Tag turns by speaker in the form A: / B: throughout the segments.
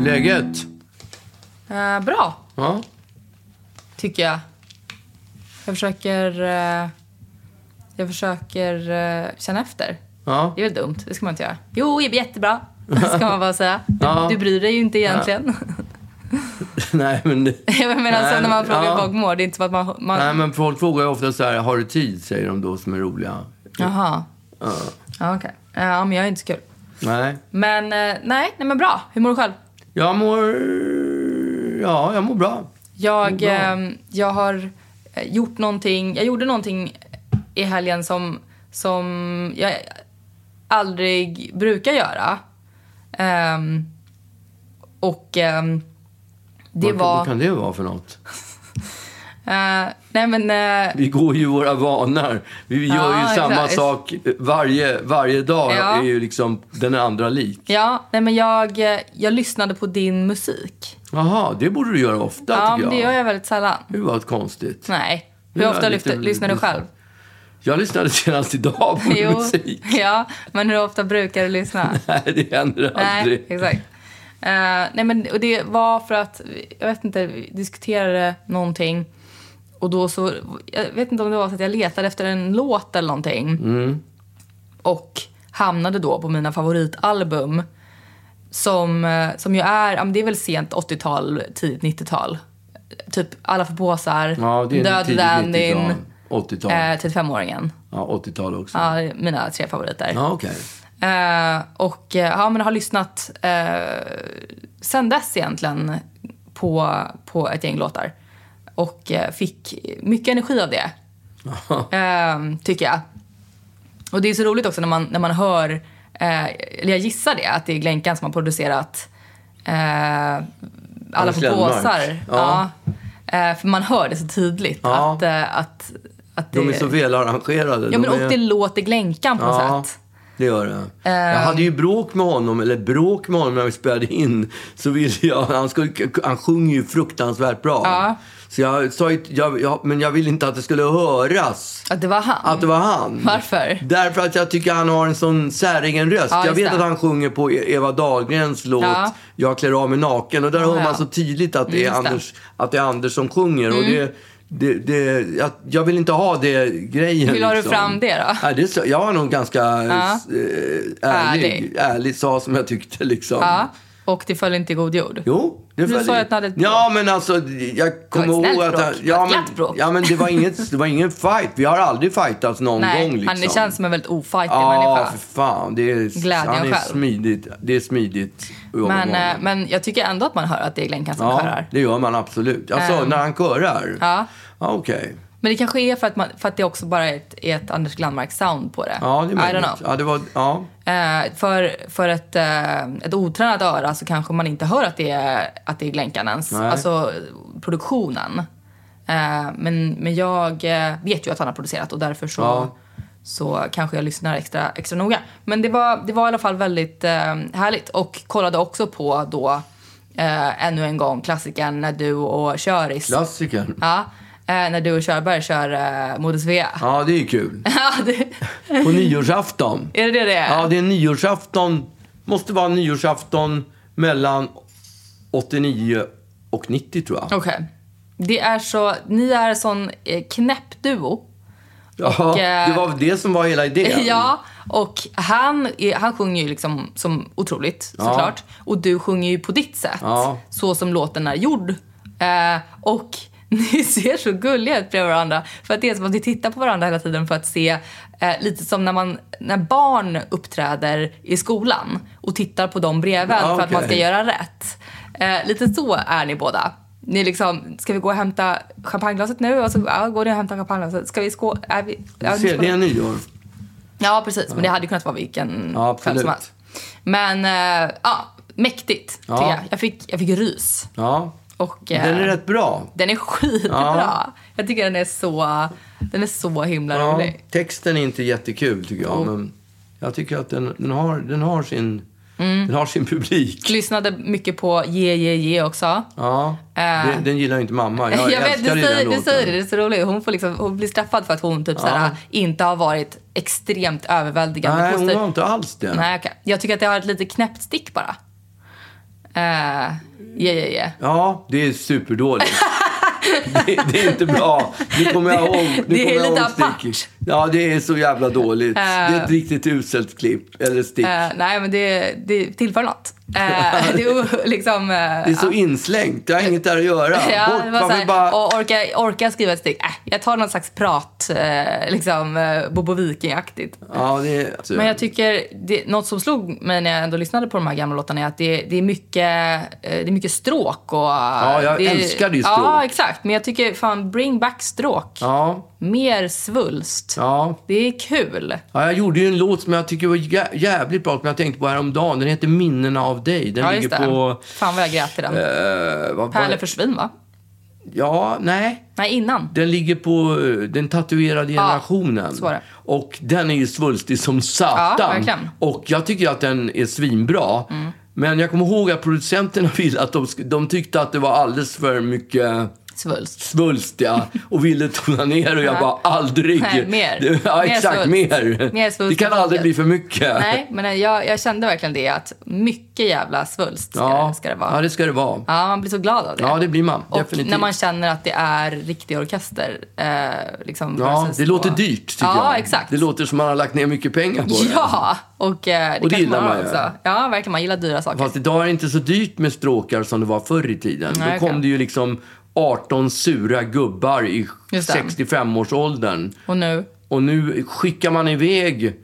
A: läget?
B: Eh, bra,
A: Ja.
B: tycker jag. Jag försöker, eh, jag försöker eh, känna efter.
A: Ja.
B: Det är väl dumt, det ska man inte göra. Jo, jag är jättebra, ska man bara säga. Du,
A: Ja.
B: du bryr dig ju inte egentligen.
A: Nej, men, det-
B: jag menar, så
A: Nej,
B: när man frågar
A: ja.
B: hur folk mår, det är inte som att man... man
A: nej, men folk frågar ju ofta så här, har du tid? Säger de då som är roliga.
B: Jaha,
A: Ja.
B: ja, okej. Eh, Ja, men jag är inte så kul.
A: Nej.
B: Men eh, nej, nej, men bra. Hur mår du själv?
A: Jag mår... Ja, jag mår bra.
B: Jag,
A: Bra.
B: ehm, jag har eh, gjort någonting. Jag gjorde någonting i helgen som, som jag aldrig brukar göra. Ehm, och ehm, det
A: vad,
B: var...
A: vad kan det vara för något?
B: eh, nej men... eh,
A: Vi går ju våra vanor. Vi
B: Ja,
A: gör ju samma
B: exakt.
A: sak varje, varje dag.
B: Ja.
A: är ju liksom den andra lik.
B: ja, nej men jag, eh, jag lyssnade på din musik.
A: Jaha, det borde du göra ofta tycker
B: Ja, men
A: jag.
B: det gör jag väldigt sällan.
A: Det var konstigt.
B: Nej.
A: Det
B: Hur
A: är
B: ofta
A: lite-
B: lyfter, lyssnar du själv?
A: Jag lyssnade senast idag på musik.
B: ja, men hur ofta brukar du lyssna?
A: Nej, det händer aldrig.
B: Nej, exakt. Eh, nej, men och det var för att, vi- jag vet inte, vi diskuterade någonting. Och då så, jag vet inte om det var så att jag letade efter en låt eller någonting.
A: Mm.
B: Och hamnade då på mina favoritalbum. Som, eh, som ju är, ja, men det är väl sent 80-tal, tidigt 90-tal. Typ Alla för påsar,
A: Ja, det är
B: Död
A: tidigt
B: Dandyn,
A: 90-tal. 80-tal.
B: eh, 35-åringen.
A: Ja, 80-tal också.
B: Ja, det är mina tre favoriter.
A: Ja, okej.
B: Eh, och eh, ja, men har lyssnat eh, sen dess egentligen på, på ett gäng låtar. Och eh, fick mycket energi av det, eh, tycker jag. Och det är så roligt också när man, när man hör, eh, eller jag gissar det, att det är Glänkan som har producerat eh, Alla på
A: Slenmark.
B: påsar.
A: Ja.
B: Eh, för man hör det så tydligt
A: Ja.
B: att, eh, att, att det...
A: De är så välarrangerade.
B: ja, men,
A: De är...
B: Och det låter Glänkan på något
A: Ja,
B: sätt.
A: det gör det.
B: Ehm.
A: Jag hade ju bråk med honom, eller bråk med honom när vi spelade in. Så ville jag, han, skulle, han sjunger ju fruktansvärt bra.
B: Ja.
A: Så jag sa ju, jag, jag, men jag ville inte att det skulle höras
B: Att det var han.
A: att det var han.
B: Varför?
A: Därför att jag tycker han har en sån säregen röst.
B: Ja,
A: jag
B: just
A: vet
B: det.
A: att han sjunger på E- Eva Dahlgrens låt
B: Ja.
A: Jag klär av mig naken. Och där hör
B: ja.
A: man så tydligt att det är,
B: Mm, just det. Mm.
A: Anders, Att det är Anders som sjunger. Och det, det, det, jag, jag vill inte ha det grejen.
B: Hur la du fram det då?
A: Ja, det är så, jag var nog ganska
B: Ja.
A: eh, ärlig.
B: Ärlig.
A: ärlig. Sa som jag tyckte liksom.
B: Ja, och det föll inte i god jord.
A: Jo, det
B: Du
A: var
B: sa
A: det.
B: ju att ni hade ett
A: Ja, men alltså jag kommer
B: ett
A: ihåg
B: snällt
A: att...
B: bråk.
A: Han,
B: Det var
A: ja,
B: ett glatt
A: men,
B: bråk.
A: ja, men det var, inget, det var ingen fight. Vi har aldrig fightats någon
B: Nej,
A: gång. Liksom.
B: han känns som en väldigt ofajtig
A: Ja,
B: människa.
A: för fan. Det är,
B: Glädjen
A: han är
B: själv.
A: smidigt. Det är smidigt. att jobba
B: Men,
A: med honom.
B: eh, men jag tycker ändå att man hör att det är Glenn som
A: ja,
B: körar.
A: det gör man absolut. Alltså,
B: Ehm.
A: när han körar?
B: Ja.
A: Ja, Okej.
B: Men det kanske är för att, man, för att det också bara är ett, är ett Anders Glenmark-sound på det.
A: Ja, det är
B: I don't
A: möjligt.
B: know.
A: Ja, det var... Ja.
B: Eh, för för ett, eh, ett otränat öra så kanske man inte hör att det är, att det är Glänkan ens.
A: Nej.
B: Alltså produktionen. Eh, men, men jag eh, vet ju att han har producerat och därför så,
A: Ja.
B: så kanske jag lyssnar extra, extra noga. Men det var, det var i alla fall väldigt eh, härligt och kollade också på då eh, ännu en gång klassikern när du och Köris.
A: Klassiker.
B: Ja, eh, när du och Körberg kör eh, Moder Svea.
A: Ja, det är kul.
B: Ja, det-
A: På nyårsafton.
B: är det det det är?
A: Ja, det är nyårsafton. Måste vara nyårsafton mellan 89 och 90, tror jag.
B: Okej. Det är så, ni är en sån eh, knäpp duo.
A: Ja,
B: och, eh,
A: det var väl det som var hela idén.
B: Ja, och han, är, han sjunger ju liksom som otroligt såklart. Och du sjunger ju på ditt sätt,
A: Ja.
B: så som låten är gjord. Eh, och ni ser så gulliga ut bredvid varandra. För att det är som att ni tittar på varandra hela tiden för att se, eh, lite som när, man, när barn uppträder i skolan och tittar på dem bredvid
A: Ja,
B: för att man ska
A: okej.
B: göra rätt. Eh, lite så är ni båda. Ni är liksom, ska vi gå och hämta champagneglaset nu? Och så, ja, går ni och hämtar champagneglaset? Ska vi skåla? Är vi, ja,
A: Du ser,
B: ni skålar.
A: det är nyår.
B: Ja, precis. Men det hade ju kunnat vara vilken
A: Ja, absolut.
B: kväll som helst. Men eh, ja, mäktigt
A: Ja.
B: tycker jag. Jag fick, jag fick rys.
A: Ja,
B: Och, eh,
A: den är rätt bra.
B: den är skitbra. Jag tycker den är så, den är så himla
A: Ja,
B: rolig.
A: texten är inte jättekul tycker
B: Oh.
A: jag. Men jag tycker att den, den, har, den, har, sin,
B: Mm.
A: den har sin publik.
B: Lyssnade mycket på Ge, ge, ge också.
A: Ja, den, den gillar ju inte mamma. Jag,
B: Jag vet,
A: älskar
B: Eh.
A: ju den
B: du säger, du
A: låten.
B: säger det, det är så roligt. Hon, får liksom, hon blir straffad för att hon typ såhär, inte har varit extremt överväldigande
A: Nej, hon
B: positiv.
A: har inte alls det.
B: Nej, okej. Jag tycker att det har ett lite knäppt stick bara. Eh, Ja, ja, ja.
A: Ja, det är superdåligt. Det, det är inte bra. Nu kommer jag ihåg. Nu
B: det är
A: kommer jag
B: lite
A: ihåg
B: apart.
A: sticket. Ja, det är så jävla dåligt. Det är ett riktigt uselt klipp. Eller stick.
B: Eh, nej, men det, det tillför något. Eh, det är o- liksom... eh,
A: Det är så inslängt. Det har inget där att göra.
B: Ja,
A: Bort.
B: det var
A: Man
B: så här,
A: vill bara...
B: och orka, orka skriva ett stick. Äh, jag tar någon slags prat, eh, liksom eh, Bobo Viking-aktigt.
A: Ja, det är...
B: Men jag tycker, det, något som slog mig när jag ändå lyssnade på de här gamla låtarna är att det, det, är, mycket, eh, det är mycket stråk. Och, ja,
A: jag
B: det,
A: älskade ju
B: Ja,
A: stråk.
B: exakt. Men jag tycker fan, bring back stråk.
A: Ja,
B: Mer svulst.
A: ja.
B: Det är kul.
A: Ja, jag gjorde ju en låt som jag tycker var jä- jävligt bra, som jag tänkte på häromdagen. Den heter Minnena av dig. Den
B: Ja, just
A: ligger
B: det.
A: på...
B: Fan vad jag grät till den.
A: eh, vad,
B: Pärlor
A: vad,
B: för svin, va?
A: ja, nej.
B: Nej, innan.
A: Den ligger på eh, den tatuerade generationen.
B: så var det.
A: och den är ju svulstig som satan.
B: verkligen. Mm.
A: och jag tycker att den är svinbra. Men jag kommer ihåg att producenterna ville att de, sk- de tyckte att det var alldeles för mycket
B: Svulst.
A: svulstiga och ville tona ner och jag bara aldrig.
B: Nej, mer.
A: Det- Ja,
B: Mer
A: exakt,
B: svulst.
A: mer.
B: Mer svulst
A: det kan
B: för
A: aldrig
B: folket.
A: bli för mycket.
B: Nej, men eh, jag, jag kände verkligen det. Att mycket jävla svulst ska,
A: ja.
B: ska det
A: Ja,
B: vara.
A: det ska det vara.
B: Ja, man blir så glad av det.
A: Ja, det blir man.
B: och
A: Definitivt.
B: när man känner att det är riktig orkester. Eh, liksom
A: ja,
B: versus
A: det
B: då-
A: låter dyrt, tycker
B: ja,
A: jag.
B: exakt.
A: Det låter som man har lagt ner mycket pengar på det.
B: Ja, och eh, det,
A: Och det
B: kanske
A: gillar
B: man
A: man
B: har
A: ju.
B: också. Ja, verkligen. Man gillar dyra saker.
A: Fast idag är det inte så dyrt med stråkar som det var förr i tiden.
B: Nej,
A: Då
B: okej.
A: kom det ju liksom 18 sura gubbar i
B: Just det.
A: 65-årsåldern.
B: Och nu?
A: Och nu skickar man iväg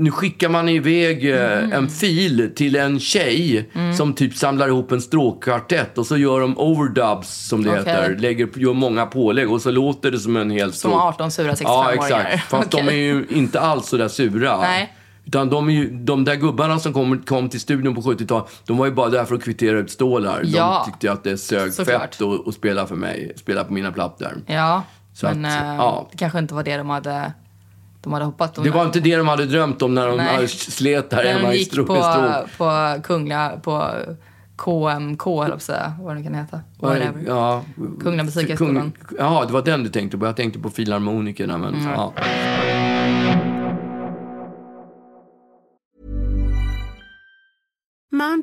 A: nu skickar man iväg eh,
B: Mm.
A: en fil till en tjej som typ samlar ihop en stråkkvartett och så gör de overdubs som det
B: Okej.
A: heter. Lägger, gör många pålägg och så låter det som en hel
B: Som
A: stråk.
B: 18 sura
A: Ja,
B: 65-åringar.
A: exakt. Fast de är
B: Okej.
A: ju inte alls så där sura.
B: Nej.
A: Utan de, är ju, de där gubbarna som kom, kom till studion på 70-talet, de var ju bara där för att kvittera ut stålar.
B: Ja.
A: De tyckte ju att det sög
B: Såklart.
A: fett och, och spela för mig, spela på mina plattor.
B: Ja,
A: Så
B: men
A: att,
B: eh,
A: ja.
B: det kanske inte var det de hade, de hade hoppat. De,
A: Det var inte det de hade drömt om när de
B: Nej.
A: Nej. slet där
B: när
A: hemma
B: de
A: i
B: gick
A: stråk.
B: på, uh,
A: stråk.
B: på Kungliga, på KMK, höll jag på att säga. Vad det nu kan heta. Whatever.
A: Ja,
B: Kungliga Musikhögskolan. Mm.
A: Kung- Ja, det var den du tänkte på. Jag tänkte på Filharmonikerna. Men, ja.
C: Mom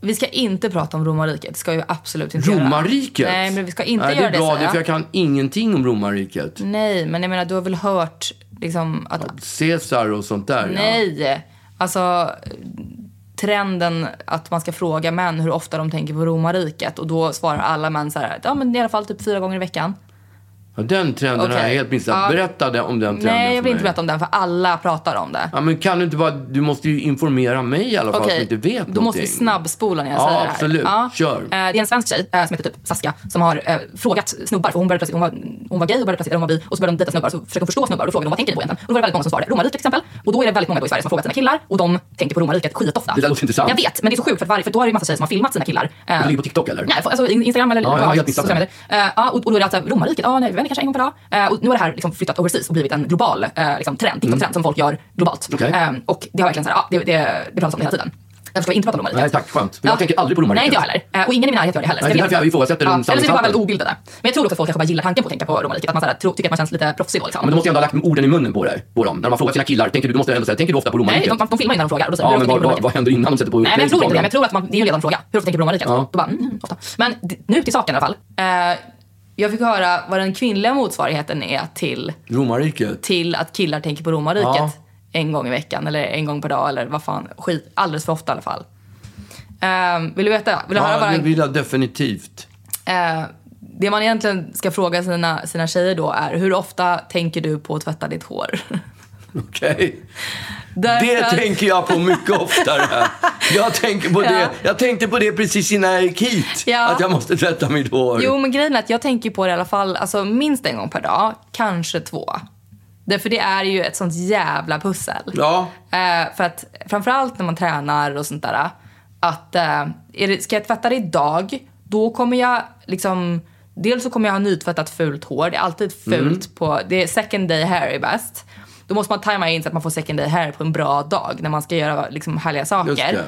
B: Vi ska inte prata om romarriket. Det ska vi absolut inte göra.
A: Romarriket?
B: Nej, men vi ska inte
A: Nej,
B: göra
A: det. är bra,
B: säger
A: det,
B: jag. Mm.
A: för jag kan ingenting om romarriket.
B: Nej, men jag menar, du har väl hört liksom att...
A: Caesar och sånt där. ja.
B: Nej! Alltså, trenden att man ska fråga män hur ofta de tänker på romarriket. Och då svarar alla män så här, ja men i alla fall typ fyra gånger i veckan.
A: Ja, den trenden har jag
B: Okej.
A: helt missat.
B: Ja.
A: Berätta det- om den trenden
B: Nej, jag
A: för
B: vill
A: mig.
B: inte berätta om den för alla pratar om det.
A: Ja, men kan du inte bara... Du måste ju informera mig i alla fall som inte vet
B: du måste
A: någonting.
B: vi snabbspola när
A: Ja,
B: jag säger det här.
A: absolut. Kör.
B: Eh, Det är en svensk tjej eh, som heter typ Saskia som har eh, frågat snubbar. För hon, började plötsligt, hon, var, hon var gay och började plötsligt, eller hon var bi och så började de dejta snubbar. Så försökte hon förstå snubbar och frågade dem vad tänker ni på egentligen? Och då var det väldigt många som svarade romarriket till exempel. Och då är det väldigt många då i Sverige som har frågat sina killar och de tänker på romarriket skitofta.
A: Det där låter intressant.
B: Jag vet, men det är så sjukt för, att varje, för då är det ju massa tjejer som har filmat sina killar. Eh,
A: Det ligger på TikTok eller?
B: Nej, för- alltså in- Instagram eller
A: Ja, jag har helt missat
B: sociala
A: det.
B: medier. Eh, ja, och, och då är det alltså romarriket, ja, nej, vi vänder kanske en gång per dag. Eh, och nu har det här liksom flyttat overseas och blivit en global eh, liksom, trend, TikTok-trend som folk gör globalt.
A: Mm. Okej.
B: Eh, och det har verkligen så här, ja, det, det, det pratas om det hela tiden. Därför ska vi inte prata om romarriket.
A: Nej, tack. Skönt. Men jag tänker aldrig på romarriket.
B: Nej, inte jag heller. Eh, Och ingen i min närhet gör det heller.
A: Nej,
B: Så
A: det är
B: vet
A: därför jag
B: inte.
A: ifrågasätter den
B: Eller så är vi bara
A: sammanfattningen.
B: väldigt obildade. Men jag tror också att folk kanske bara gillar tanken på att tänka på romarriket. Att man så här, tror, tycker att man känns lite proffsig då. Liksom.
A: Ja, men då måste jag ändå ha lagt orden i munnen på, dig, på dem. När de har frågat sina killar, tänker du, du måste ändå säga, tänker du ofta på
B: Nej,
A: romarriket?
B: de, de, de filmar ju när de frågar. Och då säger
A: ja,
B: de,
A: men
B: "Hur
A: vad, vad,
B: ofta tänker du
A: vad händer innan de sätter på
B: Nej, men jag tror inte det.
A: play-kontrollen?
B: Men jag tror att man, det är en ledande fråga. Hur ofta tänker du på romarriket?
A: Ja.
B: Då bara, mm, ofta. Men d- nu till saken i alla fall. Eh, Jag fick höra vad den kvinnliga motsvarigheten är till,
A: Romarriket.
B: till att killar tänker på romarriket
A: Ja.
B: en gång i veckan eller en gång per dag eller vad fan. Skit, alldeles för ofta i alla fall. Ehm, vill du veta? Vill du höra
A: Ja,
B: vad
A: det
B: den
A: vill jag definitivt.
B: Eh, det man egentligen ska fråga sina, sina tjejer då är hur ofta tänker du på att tvätta ditt hår?
A: Okej.
B: Därför
A: Det
B: att-
A: tänker jag på mycket oftare. Jag, tänker på
B: Ja.
A: det. jag tänkte på det precis innan jag gick hit.
B: Ja.
A: Att jag måste tvätta mitt hår.
B: Jo, men grejen är att jag tänker på det i alla fall alltså, minst en gång per dag, kanske två. Därför det är ju ett sånt jävla pussel.
A: Ja.
B: Eh, för att framförallt när man tränar och sånt där. Att eh, är det, ska jag tvätta det idag, då kommer jag liksom... Dels så kommer jag ha nytvättat fult hår. Det är alltid fult
A: Mm.
B: på... Det är second day hair är bäst. Då måste man tajma in så att man får second day hair på en bra dag när man ska göra liksom, härliga saker.
A: Just det.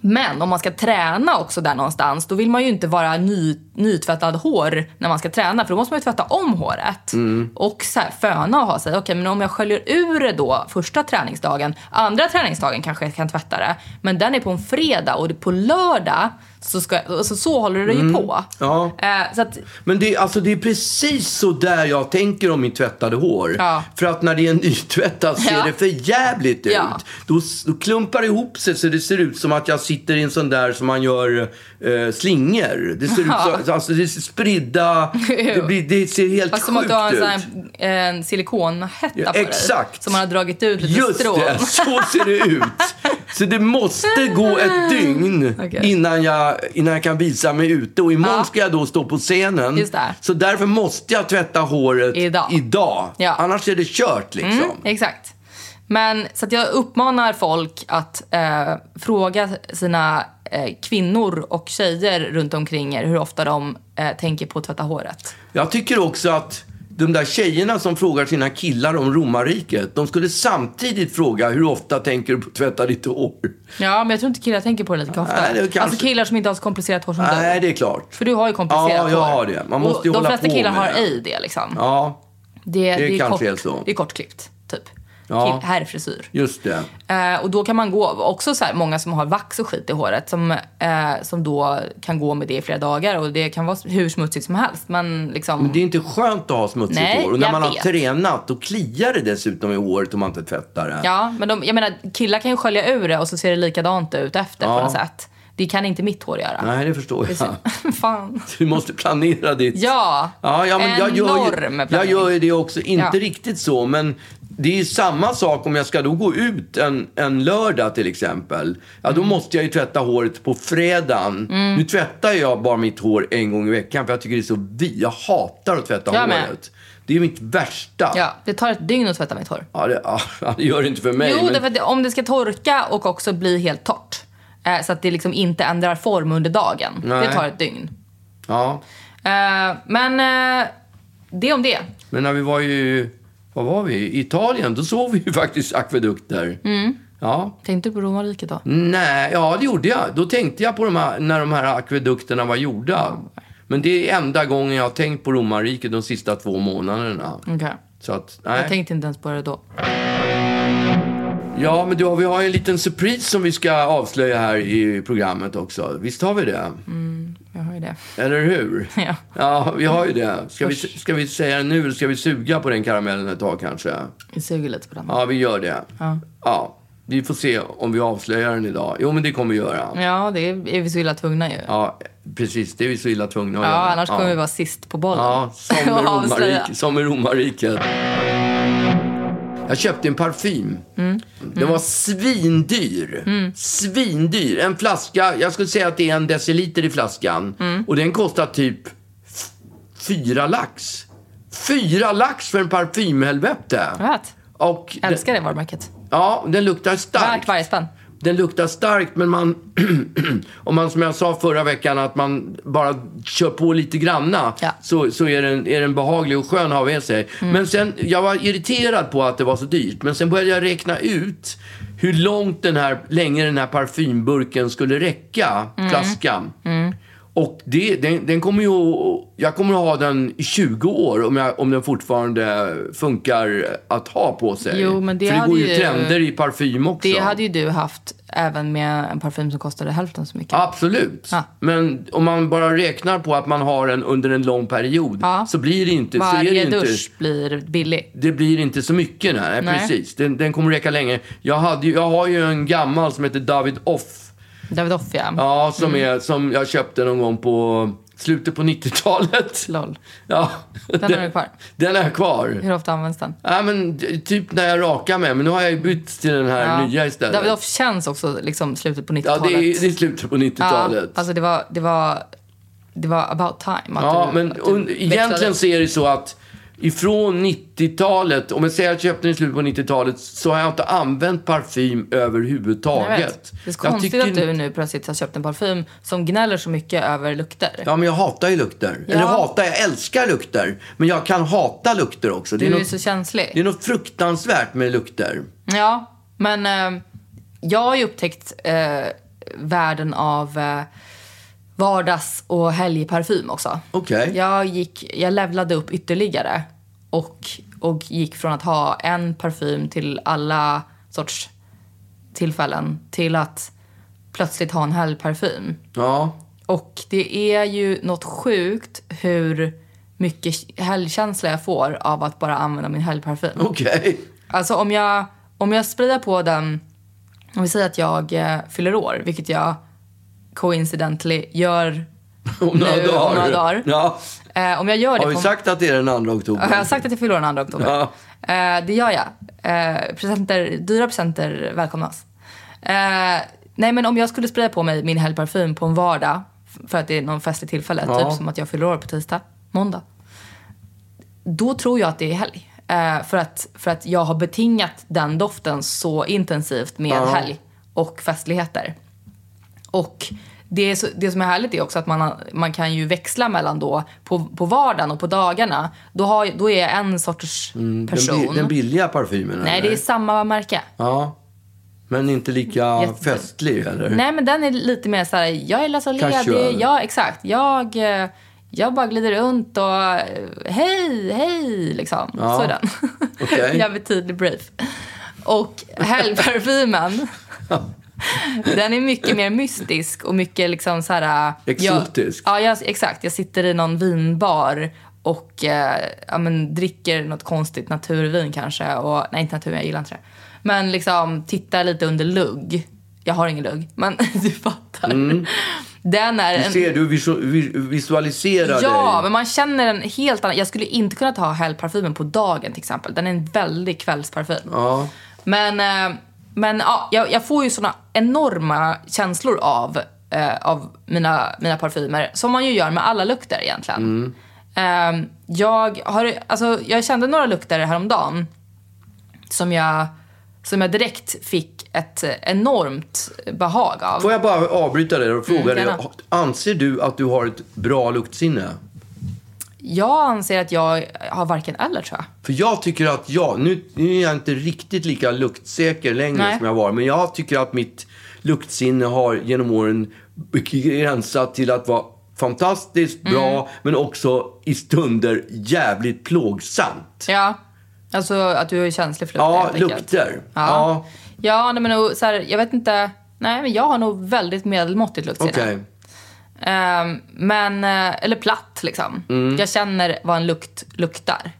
B: Men om man ska träna också där någonstans, då vill man ju inte vara ny, nytvättad hår när man ska träna. För då måste man ju tvätta om håret.
A: Mm.
B: Och så här, föna och ha sig. Okej, men om jag sköljer ur det då första träningsdagen. Andra träningsdagen kanske jag kan tvätta det. Men den är på en fredag och på lördag så, ska, alltså, så håller det ju på.
A: Mm. Ja.
B: Eh, så att,
A: Men det, alltså, det är precis så där jag tänker om mitt tvättade hår.
B: Ja.
A: För att när det är nytvättat ser
B: Ja.
A: det för jävligt ut.
B: Ja.
A: Då, s- då klumpar det ihop sig så det ser ut som att jag sitter i en sån där som man gör eh, slingor. Det ser ut så, alltså, det är spridda. det, blir, det ser helt
B: fast som att
A: sjukt
B: du har en,
A: ut.
B: sån här, en silikonhätta
A: Ja,
B: på dig.
A: exakt.
B: Som man har dragit ut lite
A: Just
B: strån.
A: det, så ser det ut. Så det måste gå ett dygn
B: Okej.
A: innan, jag, innan jag kan visa mig ute. Och imorgon
B: Ja.
A: ska jag då stå på scenen.
B: Just det.
A: Så därför måste jag tvätta håret
B: Idag.
A: idag.
B: Ja. Mm.
A: Annars är det kört liksom.
B: Exakt. Men så att jag uppmanar folk att eh, fråga sina eh, kvinnor och tjejer runt omkring er hur ofta de eh, tänker på att tvätta håret.
A: Jag tycker också att de där tjejerna som frågar sina killar om romarriket, de skulle samtidigt fråga hur ofta tänker du på att tvätta ditt hår?
B: Ja, men jag tror inte killar tänker på det lika ofta.
A: Nej, det kanske-
B: Alltså killar som inte har så komplicerat hår som
A: Nej,
B: du.
A: det är klart.
B: För du har ju komplicerat
A: Ja, jag
B: hår.
A: har det. Man måste
B: Och
A: ju
B: de
A: hålla
B: flesta
A: på
B: killar
A: med
B: har
A: det.
B: ej det liksom.
A: Ja,
B: Det, det, är
A: kanske
B: kort,
A: är så.
B: Det är kortklippt, typ.
A: Ja.
B: Kill, herrfrisyr.
A: just det.
B: Eh, och då kan man gå, också så här, många som har vax och skit i håret som, eh, som då kan gå med det i flera dagar och det kan vara hur smutsigt som helst. Men liksom,
A: Men det är inte skönt att ha smutsigt
B: Nej,
A: hår. Och när
B: jag
A: man
B: vet.
A: har tränat, då kliar det dessutom i håret om man inte tvättar det.
B: ja, men de, jag menar killar kan ju skölja ur det och så ser det likadant ut efter på
A: Ja.
B: något sätt. Det kan inte mitt hår göra.
A: Nej, det förstår jag.
B: Fan.
A: Du måste planera ditt...
B: Ja,
A: Ja, ja, men jag, gör
B: enorm
A: ju, jag
B: planering.
A: gör ju det också. Inte
B: Ja.
A: riktigt så, men det är ju samma sak om jag ska då gå ut en, en lördag till exempel. Ja,
B: Mm.
A: då måste jag ju tvätta håret på fredagen. Nu tvättar jag bara mitt hår en gång i veckan för jag tycker det är så vi. Jag hatar att tvätta
B: Jag med.
A: håret. Det är mitt värsta.
B: Ja, det tar ett dygn att tvätta mitt hår.
A: Ja, det, ja, det gör det inte för mig.
B: jo,
A: men-
B: därför att det, om det ska torka och också bli helt torrt. Eh, så att det liksom inte ändrar form under dagen.
A: Nej.
B: Det tar ett dygn.
A: ja.
B: Eh, men eh, det om det.
A: Men när vi var ju, vad var vi? I Italien, då såg vi ju faktiskt akvedukter. Ja.
B: Tänkte du på romarriket då?
A: Nej, ja det gjorde jag. Då tänkte jag på de här, när de här akvedukterna var gjorda. Men det är enda gången jag har tänkt på romarriket de sista två månaderna.
B: Okej.
A: Så att,
B: Jag
A: nej.
B: tänkte inte ens på det då.
A: Ja, men du, har- vi har ju en liten surprise som vi ska avslöja här i programmet också. Visst har vi det?
B: Jag har ju det.
A: Eller hur?
B: Ja.
A: Ja, vi har ju det. Ska vi, ska vi säga det nu eller ska vi suga på den karamellen ett tag kanske?
B: Jag suger lite på den.
A: Ja, vi gör det.
B: Ja.
A: Ja, vi får se om vi avslöjar den idag. Jo, men det kommer vi göra.
B: Ja, det är, är vi så illa tvungna ju. Ja,
A: Ja, precis. Det är vi så illa tvungna att göra.
B: annars kommer vi vara sist på bollen.
A: Ja, som i,
B: Och avslöja.
A: romarriket, som i romarriket. Jag köpte en parfym.
B: Mm.
A: Den var svindyr. Svindyr. En flaska, jag skulle säga att det är en deciliter i flaskan.
B: Mm.
A: Och den kostar typ f- fyra lax. Fyra lax för en parfymhelvete.
B: Jag vet.
A: Och
B: Jag
A: den,
B: älskar det varumärket.
A: ja, den luktar starkt.
B: Värt varje spänn.
A: Den luktar starkt, men man... om man, som jag sa förra veckan, att man bara kör på lite granna
B: Ja. Mm.
A: så, så är, den, är den behaglig och skön att ha med sig. Men sen, jag var irriterad på att det var så dyrt, men sen började jag räkna ut hur
B: Mm.
A: långt den här, länge den här parfymburken skulle räcka, flaskan. Och det, den, den kommer ju, att- jag kommer att ha den i 20 år om, jag, om den fortfarande funkar att ha på sig.
B: Jo, men det
A: För det
B: hade
A: går ju
B: ju-
A: trender i parfym också.
B: Det hade ju du haft även med en parfym som kostade hälften så mycket.
A: Absolut.
B: Ja.
A: Men om man bara räknar på att man har den under en lång period
B: Ja.
A: så blir det inte, så är det
B: Varje
A: inte
B: dusch blir billig.
A: det blir inte så mycket. Nej,
B: Nej.
A: precis. Den, den kommer räcka länge. Jag, hade, ju- jag har ju en gammal som heter David Off.
B: David Off, ja.
A: Ja, som,
B: Mm.
A: är, som jag köpte någon gång på slutet på 90-talet.
B: Lol.
A: Ja,
B: Den har du kvar.
A: Den är kvar.
B: Hur ofta används den?
A: Ja, men d- typ när jag rakar mig. Men nu har jag ju bytt till den här
B: Ja.
A: nya istället.
B: David Off känns också liksom slutet på
A: ja,
B: 90-talet.
A: det är, det är slutet på
B: Ja,
A: 90-talet.
B: alltså det var, det var, det var about time. Att
A: Ja,
B: du,
A: men
B: att du
A: un-
B: växlade.
A: egentligen så är det så att ifrån 90-talet, om jag säger att jag köpte den i slutet på 90-talet, så har jag inte använt parfym
B: Jag vet.
A: överhuvudtaget.
B: Det är så
A: Jag
B: konstigt
A: tycker
B: att du nu plötsligt har köpt en parfym som gnäller så mycket över lukter.
A: Ja, men jag hatar ju lukter.
B: Ja.
A: Eller hatar, jag älskar lukter. Men jag kan hata lukter också. Det
B: du
A: är,
B: är ju
A: något,
B: så känslig.
A: det är något fruktansvärt med lukter.
B: Ja, men eh, jag har ju upptäckt eh, världen av eh, vardags och helgparfym också.
A: Okej.
B: Jag, gick, jag levlade upp ytterligare och, och gick från att ha en parfym till alla sorts tillfällen till att plötsligt ha en helgparfym.
A: Ja,
B: Och det är ju något sjukt hur mycket helgkänsla jag får av att bara använda min helgparfym.
A: okej.
B: Alltså om jag, om jag sprider på den, om vi säger att jag eh, fyller år, vilket jag coincidentally gör
A: Om några
B: nu
A: dagar.
B: om några dagar.
A: Ja.
B: Eh, om jag gör det
A: Har vi
B: på,
A: sagt att det är den 2 oktober?
B: Har jag sagt att jag fyller år den 2 oktober?
A: Ja.
B: Eh, det gör jag. Eh, presenter, dyra presenter välkomnas. Eh, nej men om jag skulle sprida på mig min helgparfym på en vardag f- för att det är någon festlig tillfälle,
A: Ja.
B: typ som att jag fyller år på tisdag, måndag. Då tror jag att det är helg. Eh, för, att, för att jag har betingat den doften så intensivt med
A: Ja.
B: helg och festligheter. Och det, är så, det som är härligt är också att man, har- man kan ju växla mellan då på, på vardagen och på dagarna. Då, har, då är jag en sorts person.
A: Mm, Den, bi- den billiga parfymen?
B: Nej, det
A: eller?
B: är samma märke.
A: Ja. Men inte lika
B: Jätte-
A: festlig, eller?
B: Nej, men den är lite mer så här, jag är så ledig.
A: Casual.
B: Ja, exakt. Jag, eh, jag bara glider runt och eh, hej, hej, liksom.
A: Ja.
B: Så är den.
A: Okej.
B: jag blir tydlig brief. Och helgparfymen, den är mycket mer mystisk och mycket liksom så här... eh,
A: Exotisk.
B: Jag, ja, jag, exakt. Jag sitter i någon vinbar och eh, ja, men, dricker något konstigt naturvin kanske. Och, nej, inte naturvin, jag gillar inte det. Men liksom tittar lite under lugg. Jag har ingen lugg, men du fattar. Den är
A: Mm. Du ser, du visu- vi- visualiserar
B: Ja,
A: dig.
B: men man känner en helt annan... Jag skulle inte kunna ta helgparfymen på dagen till exempel. Den är en väldig kvällsparfym.
A: Ja.
B: Men, eh, men ja, jag, jag får ju såna enorma känslor av, eh, av mina, mina parfymer. Som man ju gör med alla lukter egentligen.
A: Mm.
B: Eh, jag, har, alltså, jag kände några lukter häromdagen som jag, som jag direkt fick ett eh, enormt behag av.
A: Får jag bara avbryta dig och fråga
B: Mm, gärna.
A: dig. Anser du att du har ett bra luktsinne?
B: Jag anser att jag har varken eller tror jag.
A: För jag tycker att jag, nu, nu är jag inte riktigt lika luktsäker längre
B: Nej.
A: som jag var, men jag tycker att mitt luktsinne har genom åren begränsat till att vara fantastiskt
B: Mm.
A: bra, men också i stunder jävligt plågsamt.
B: Ja. Alltså att du är känslig för lukter
A: Ja,
B: helt enkelt.
A: lukter.
B: Ja.
A: Ja.
B: Ja, nej, men och så här, jag vet inte. Nej, men jag har nog väldigt medelmåttigt luktsinne.
A: Okej.
B: Ehm, men, eh, eller platt liksom.
A: Mm.
B: Jag känner vad en lukt luktar.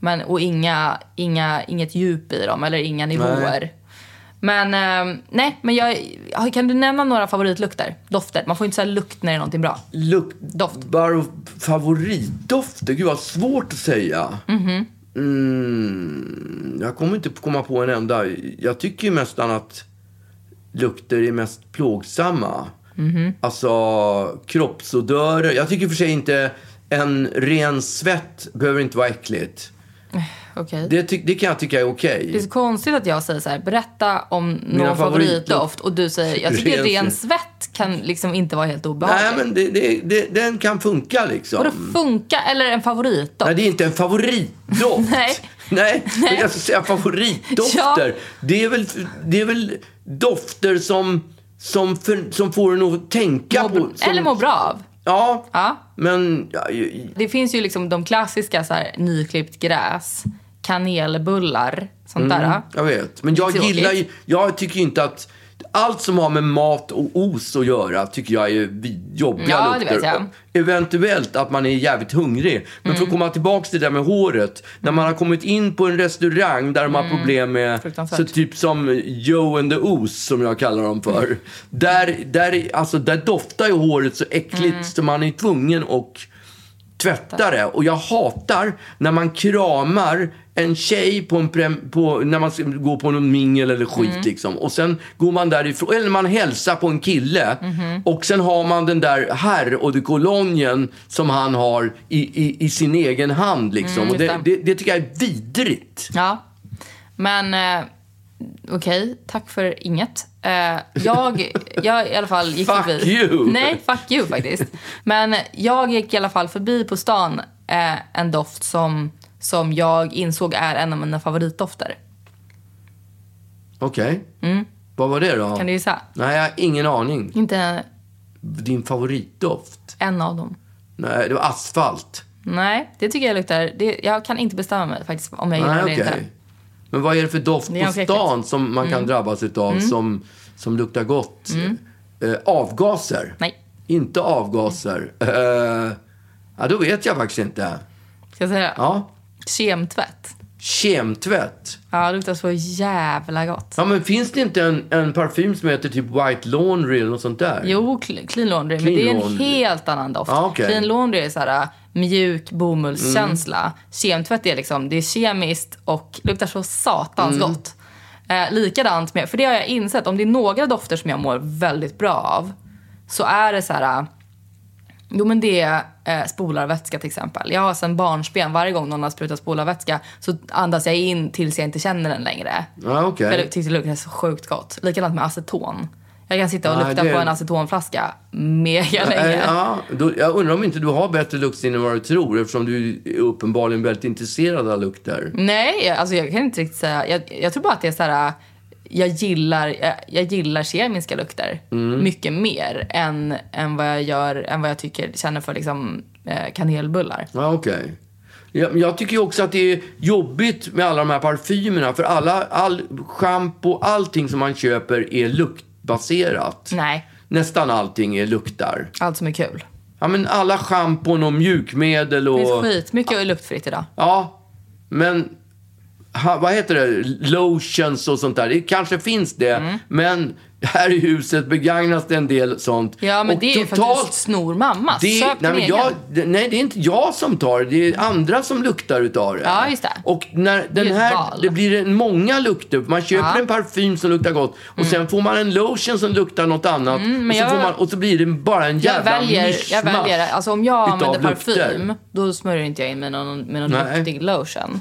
B: Men, och inga, inga, inget djup i dem eller inga nivåer. Men ehm, nej, men jag, kan du nämna några favoritlukter? Dofter? Man får inte säga lukt när det är någonting bra.
A: Lukt...
B: Doft.
A: Bara favoritdofter? Gud, vad svårt att säga.
B: Mhm.
A: Mm, jag kommer inte komma på en enda. Jag tycker ju nästan att lukter är mest plågsamma.
B: Mhm.
A: Alltså kroppsodörer. Jag tycker i och för sig inte en ren svett behöver inte vara äckligt.
B: Okej.
A: Det, ty- det kan jag tycka är okej.
B: Det är så konstigt att jag säger så här, berätta om någon
A: favoritdoft.
B: favoritdoft och du säger, jag tycker
A: Ren
B: att ren
A: svett.
B: svett kan liksom inte vara helt obehaglig.
A: Nej, men det, det, det, den kan funka liksom.
B: Vadå funka? Eller en favoritdoft?
A: Nej, det är inte en favoritdoft.
B: Nej.
A: Nej, men jag ska säga favoritdofter. Det, är väl, det är väl dofter som, som, för, som får en att tänka
B: Må-
A: på... Som,
B: Eller må bra av?
A: Ja,
B: Ja.
A: men ja, ju- ju-
B: Det finns ju liksom de klassiska så här, nyklippt gräs, kanelbullar, sånt där.
A: jag vet. Men jag
B: Tråkigt.
A: gillar ju, jag tycker ju inte att allt som har med mat och ost att göra tycker jag är vid- jobbiga
B: Ja, det
A: lukter.
B: vet jag. Mm.
A: Eventuellt att man är jävligt hungrig. Men för att komma tillbaka till det där med håret. När man har kommit in på en restaurang där de har problem med,
B: Mm. Fruktansvärt.
A: så typ som Joe and the Oos som jag kallar dem för.
B: Mm.
A: Där, där, alltså, där doftar ju håret så äckligt
B: Mm.
A: så man är tvungen att tvätta det. Och jag hatar när man kramar en tjej på en prem, på, när man ska gå på någon mingel eller skit
B: Mm.
A: liksom. Och sen går man därifrån, eller man hälsar på en kille.
B: Mm-hmm.
A: Och sen har man den där herr och de kolonien som han har i, i, i sin egen hand liksom. och det,
B: Mm, just det.
A: det, det tycker jag är vidrigt.
B: Ja. Men eh, okej, tack för inget. Eh, jag, jag i alla fall gick
A: Fuck
B: förbi.
A: you.
B: Nej, fuck you faktiskt. Men jag gick i alla fall förbi på stan eh, en doft som, som jag insåg är en av mina favoritdofter.
A: Okej. Vad var det då?
B: Mm. Kan du gissa?
A: Nej, jag har ingen aning.
B: Inte
A: Din favoritdoft?
B: en av dem.
A: Nej, det var asfalt.
B: Nej, det tycker jag luktar... Det, jag kan inte bestämma mig faktiskt om jag gillar
A: Nej,
B: det
A: okej.
B: eller inte.
A: Men vad är det för doft
B: Det är
A: på
B: ganska
A: stan som man
B: Mm.
A: kan drabbas utav som, som luktar gott? Eh, avgaser?
B: Nej.
A: Inte avgaser. Eh, ja, då vet jag faktiskt inte.
B: Ska jag säga det?
A: Ja.
B: Kemtvätt.
A: Kemtvätt.
B: Ja, det luktar så jävla gott.
A: Ja, men finns det inte en, en parfym som heter typ White Laundry eller något sånt där?
B: Jo, cl- clean laundry,
A: Clean
B: men det är en
A: laundry.
B: helt annan doft.
A: Ja, okej.
B: Clean laundry är så här äh, mjuk bomullskänsla.
A: Mm.
B: Kemtvätt är liksom, det är kemiskt och luktar så satans
A: Mm.
B: gott. Eh, likadant med, för det har jag insett, om det är några dofter som jag mår väldigt bra av så är det så här... äh, Jo men det är eh, spolarvätska till exempel. Jag har sen barnsben, varje gång någon har sprutat spolarvätska så andas jag in tills jag inte känner den längre.
A: Ja, okej.
B: För jag tyckte det luktade så sjukt gott. Likadant med aceton. Jag kan sitta och
A: Nej,
B: lukta
A: det-
B: på en acetonflaska mega länge.
A: Eh, ja, då, jag undrar om inte du har bättre luktsinne än vad du tror eftersom du är uppenbarligen väldigt intresserad av lukter.
B: Nej, alltså jag kan inte riktigt säga. Jag, jag tror bara att det är så här. Jag gillar, jag, jag gillar kemiska lukter
A: Mm.
B: mycket mer än, än vad jag gör, än vad jag tycker, känner för liksom eh, kanelbullar.
A: Ja, okej. Jag, jag tycker ju också att det är jobbigt med alla de här parfymerna. För alla, all shampoo, allting som man köper är luktbaserat.
B: Nej,
A: Nästan allting är luktar.
B: allt som är kul.
A: Ja, men alla schampon och mjukmedel
B: Det
A: och...
B: finns skit, mycket är luktfritt idag.
A: Ja, men ha, vad heter det? Lotions och sånt där. Det kanske finns det,
B: Mm.
A: men här i huset begagnas det en del sånt.
B: Ja, men
A: och
B: det är ju för att du snor mammas.
A: det,
B: Köp
A: nej,
B: din
A: men
B: egen.
A: jag, det- nej, det är inte jag som tar det. Det är andra som luktar utav det.
B: Ja, just det.
A: Och när
B: är
A: den
B: ett
A: här,
B: val.
A: det blir en- många lukter. Man köper
B: Ja. Mm.
A: en parfym som luktar gott och sen får man en lotion som luktar något annat. och, så
B: jag-
A: får man, och så blir det bara en
B: Jag
A: jävla
B: väljer, jag
A: mischmasch
B: väljer, alltså om jag
A: utav
B: använder
A: lukter.
B: parfym, då smörjer inte jag in med någon, med någon
A: Nej.
B: luktig lotion.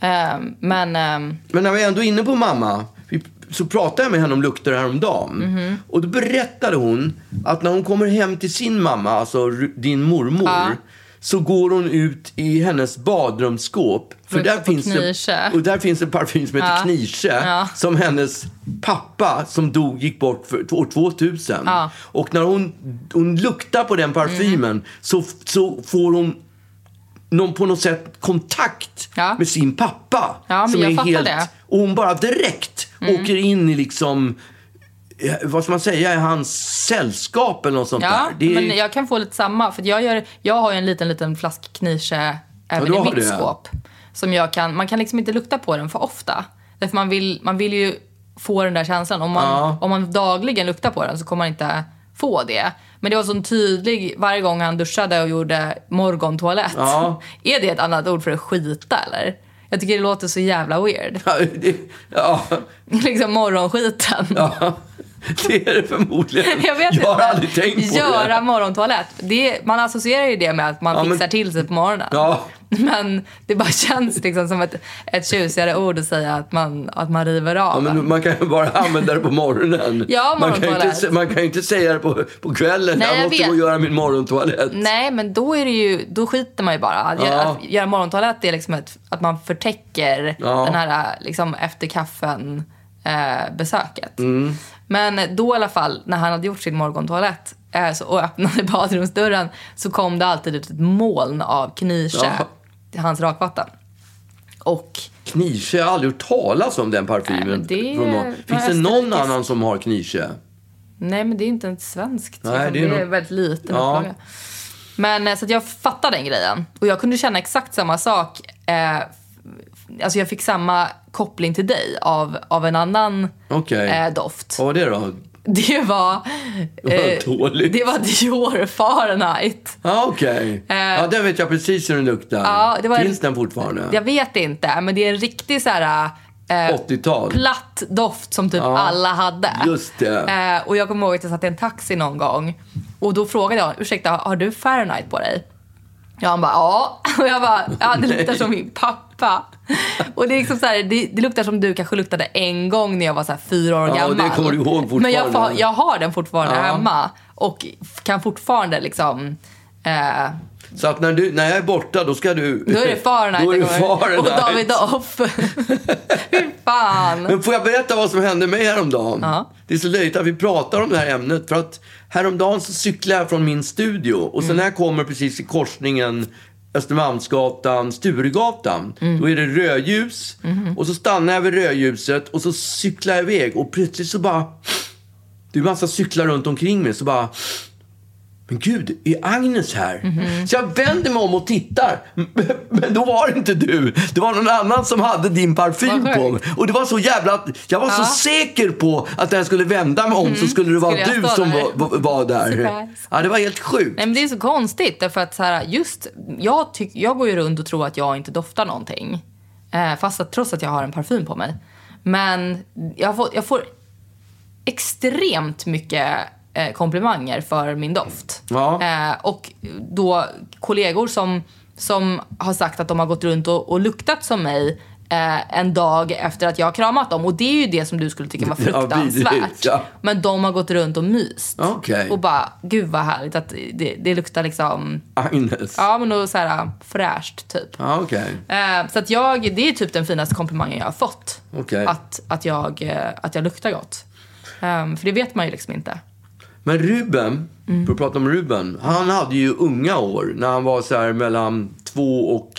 B: Ehm, men ehm,
A: Men när vi ändå är inne på mamma vi- så pratade jag med henne om lukter häromdagen.
B: Mhm.
A: Och då berättade hon att när hon kommer hem till sin mamma, alltså r- din mormor, så går hon ut i hennes badrumsskåp. För
B: Luktar
A: där
B: på
A: finns, det,
B: Knische.
A: och där finns en parfym som heter
B: Ja.
A: Knische
B: Ja.
A: som hennes pappa som dog gick bort för t- år 2000.
B: Ja. Mm.
A: Och när hon, hon luktar på den parfymen så, f- så får hon någon på något sätt kontakt
B: Ja.
A: med sin pappa.
B: Ja, men
A: som
B: jag
A: är
B: fattar
A: helt,
B: det. Mm.
A: Och hon bara direkt åker in i liksom, eh, vad ska man säga, i hans sällskap eller något sånt
B: ja,
A: där. Det är,
B: men jag kan få lite samma. För att jag, gör, jag har ju en liten, liten flaskkniche även
A: du
B: i
A: har
B: mitt
A: det.
B: skåp. Som jag kan, man kan liksom inte lukta på den för ofta. Därför man vill, man vill ju få den där känslan. Om man,
A: Ja.
B: om man dagligen luktar på den så kommer man inte få det. Men det var sån tydlig varje gång han duschade och gjorde morgontoalett.
A: Ja.
B: är det ett annat ord för att skita eller? Jag tycker det låter så jävla weird.
A: Ja, det, ja,
B: liksom morgonskiten.
A: ja, det är det förmodligen.
B: Jag vet
A: har
B: inte.
A: aldrig tänkt på
B: Göra
A: det.
B: morgontoalett. Det, man associerar ju det med att man
A: Ja, men-
B: fixar till sig på morgonen.
A: Ja.
B: Men det bara känns liksom som ett, ett tjusigare ord att säga att man, att man river av.
A: Ja, men man kan ju bara använda det på morgonen.
B: Ja,
A: man, kan ju inte, sä-
B: morgontoalett.
A: man kan ju inte säga det på, på kvällen.
B: Nej,
A: jag
B: jag
A: måste gå och
B: vet.
A: göra min morgontoalett.
B: Nej, men då, är det ju, då skiter man ju bara. Att,
A: Ja.
B: göra, att göra morgontoalett är liksom ett, att man förtäcker
A: Ja.
B: den här liksom, efter äh,
A: Mm.
B: kaffen-besöket. men då i alla fall, när han hade gjort sin morgontoalett eh, så, och öppnade badrumsdörren så kom det alltid ut ett moln av Knivsjö, hans rakvatten. Och
A: Knivsjö, jag har aldrig hört talas om den parfymen.
B: Nej, men det-
A: från någon.
B: var
A: Finns det någon
B: österrikisk.
A: annan som har Knivsjö?
B: Nej, men det är inte en svenskt.
A: Nej,
B: liksom.
A: det
B: det,
A: är
B: är
A: nog-
B: väldigt liten
A: Ja.
B: upplaga. Men eh, så att jag fattade den grejen. Och jag kunde känna exakt samma sak. Eh, f- alltså jag fick samma koppling till dig av, av en annan
A: Okej.
B: eh, doft.
A: Vad var det då?
B: Det var... eh,
A: var dåligt.
B: det var Dior Fahrenheit.
A: Ja, okej. Ja, den vet jag precis hur den luktar.
B: Eh, Ja, det var-
A: Finns den fortfarande?
B: Jag vet inte, men det är en riktig så här... eh,
A: 80-tal.
B: platt doft som typ alla hade.
A: just det.
B: Eh, och jag kommer ihåg att jag satt i en taxi någon gång och då frågade jag ursäkta, har du Fahrenheit på dig? Ja, han bara ja. Och jag bara, ja det luktar som min pappa. Och det, är liksom så här, det, det luktar som du kanske luktade en gång när jag var så här fyra år
A: Ja, och
B: gammal.
A: det kommer du ihåg
B: Men jag,
A: fortfarande.
B: får- jag har den fortfarande
A: Ja.
B: hemma och kan fortfarande liksom... Eh,
A: Så att när, du, när jag är borta, då ska du...
B: då är det Fahrenheit
A: Då är det
B: jag kommer-
A: Fahrenheit.
B: Och David Off. Fy fan.
A: Men får jag berätta vad som hände mig häromdagen?
B: Ja.
A: Det är så löjligt att vi pratar om det här ämnet. För att häromdagen så cyklade jag från min studio och
B: Mm.
A: sen när jag kommer precis i korsningen Östermalmsgatan, Sturegatan.
B: Mm.
A: Då är det rödljus
B: Mm-hmm.
A: och så stannar jag vid rödljuset och så cyklar jag iväg och plötsligt så bara... Det är massa cyklar runt omkring mig så bara... Men gud, är Agnes här?
B: Mhm.
A: Så jag vänder mig om och tittar. Men då var det inte du. Det var någon annan som hade din parfym
B: Vad
A: på mig.
B: sjukt.
A: Och det var så jävla... Jag var så
B: Ja. Mhm.
A: säker på att när jag skulle vända mig om så skulle det vara
B: Skulle jag
A: du
B: stå
A: som
B: där?
A: var, var, var där.
B: Surprise.
A: Ja, det var helt sjukt.
B: Nej men det är så konstigt därför att så här, just, jag, tyck, jag går ju runt och tror att jag inte doftar någonting. Eh, fast att, trots att jag har en parfym på mig. Men jag får, jag får extremt mycket eh, komplimanger för min doft.
A: Ja.
B: Eh, och då kollegor som, som har sagt att de har gått runt och, och luktat som mig eh, en dag efter att jag har kramat dem. Och det är ju det som du skulle tycka var
A: Ja, vidrigt,
B: fruktansvärt.
A: ja.
B: Men de har gått runt och myst.
A: Okej.
B: Och bara, gud vad härligt att det, det luktar liksom,
A: Agnes. Ja,
B: ja men och så här fräscht typ.
A: okej.
B: Eh, så att jag, det är typ den finaste komplimangen jag har fått.
A: Okej.
B: Att, att, jag, eh, att jag luktar gott. Eh, för det vet man ju liksom inte.
A: Men Ruben,
B: Mm.
A: för att prata om Ruben. Han hade ju unga år när han var så här mellan 2 och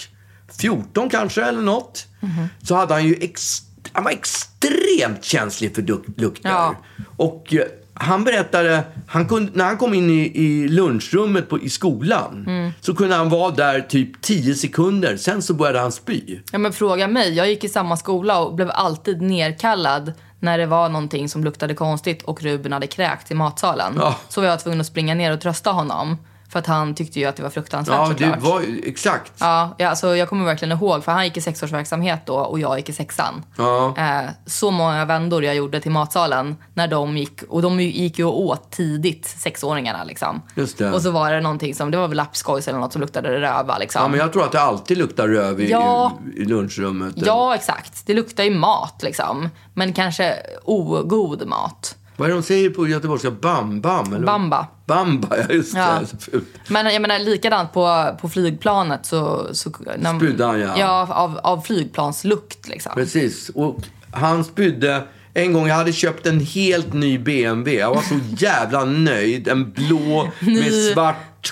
A: 14 kanske eller något.
B: Mhm.
A: Så hade han ju ex- han var extremt känslig för duk- lukter.
B: Ja.
A: Och eh, han berättade, han kunde, när han kom in i, i lunchrummet på, i skolan
B: Mm.
A: så kunde han vara där typ 10 sekunder. Sen så började han spy.
B: Ja men fråga mig, jag gick i samma skola och blev alltid nerkallad när det var någonting som luktade konstigt och Ruben hade kräkt i matsalen.
A: Ja.
B: Så var jag tvungen att springa ner och trösta honom. För att han tyckte ju att det var fruktansvärt
A: Ja, det
B: såklart.
A: var ju- exakt.
B: Ja, ja alltså jag kommer verkligen ihåg för han gick i sexårsverksamhet då och jag gick i sexan.
A: Ja.
B: Eh, så många vändor jag gjorde till matsalen när de gick, och de gick ju åt tidigt, sexåringarna liksom.
A: Just det.
B: Och så var det någonting som, det var väl lapskojs eller något som luktade röva liksom.
A: Ja, men jag tror att det alltid luktar röv i,
B: Ja.
A: i lunchrummet.
B: Ja, exakt. Det luktar ju mat liksom. Men kanske ogod mat.
A: Vad är det de säger på göteborgska? Bam, bam? Eller?
B: Bamba.
A: Bamba, ja just det.
B: Ja.
A: Så fult.
B: Men jag menar likadant på, på flygplanet så... så när,
A: Spydde han, ja.
B: Ja, av, av flygplanslukt liksom.
A: Precis. Och han spydde en gång. Jag hade köpt en helt ny BMW. Jag var så jävla nöjd. En blå med svart
B: Ny kar...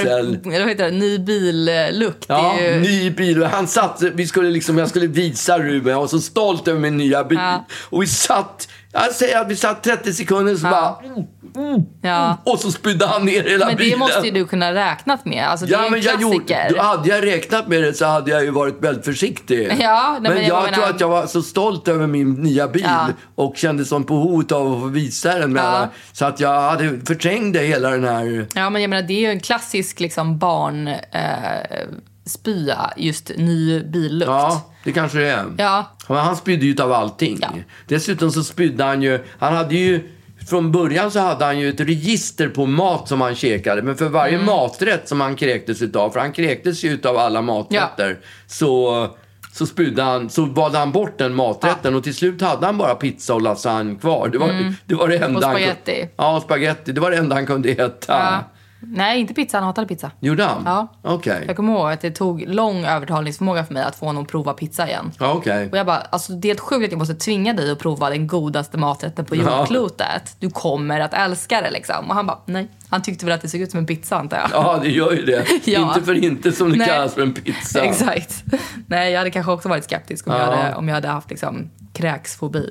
A: skinnklädsel.
B: Eller vad heter det? Ny billukt. Det
A: Ja,
B: är ju...
A: ny bil. Och Han satt, vi skulle liksom, jag skulle visa Ruben, jag var så stolt över min nya bil.
B: Ja.
A: Och vi satt, jag säger att vi satt 30 sekunder så bara... Mm, mm,
B: Ja.
A: Och så spydde han ner hela
B: Men det
A: bilen.
B: måste ju du kunna räknat med. Alltså, det är
A: Ja,
B: ju
A: men
B: en
A: jag
B: klassiker.
A: gjorde, då hade jag räknat med det så hade jag ju varit väldigt försiktig.
B: Ja, nej, men
A: men
B: jag
A: jag
B: menar-
A: tror att jag var så stolt över min nya bil
B: Ja.
A: och kände som behovet av att få visa den. Med
B: Ja.
A: alla, så att jag hade förträngde hela den här...
B: Ja, men jag menar det är ju en klassisk liksom barn... Eh, spya, just ny billukt.
A: Ja, det kanske det är.
B: Ja.
A: Men han spydde ju av allting.
B: Ja.
A: Dessutom så spydde han ju... Han hade ju... Från början så hade han ju ett register på mat som han käkade. Men för varje
B: Mm.
A: maträtt som han kräktes utav, för han kräktes ju utav alla maträtter, så, så spydde han, så valde han bort den maträtten. Och till slut hade han bara pizza och lasagne kvar. Det var det, var det enda
B: Mm. Och
A: han
B: spaghetti.
A: kunde... Ja, och spaghetti. Det var det enda han kunde äta.
B: Ja. Nej, inte pizza. Han hatade pizza.
A: Gjorde han?
B: Ja.
A: Okej.
B: Jag kommer ihåg att det tog lång övertalningsförmåga för mig att få honom att prova pizza igen.
A: Ja, okej.
B: Och jag bara, alltså det är helt sjukt att jag måste tvinga dig att prova den godaste maträtten på
A: Ja.
B: jordklotet. Du kommer att älska det liksom. Och han bara, nej. Han tyckte väl att det såg ut som en pizza antar jag.
A: Ja, det gör ju det.
B: Ja.
A: Inte för inte som det
B: Nej.
A: kallas för en pizza.
B: Exakt. Nej, jag hade kanske också varit skeptisk om, jag,
A: Ja.
B: hade, om jag hade haft liksom kräksfobi.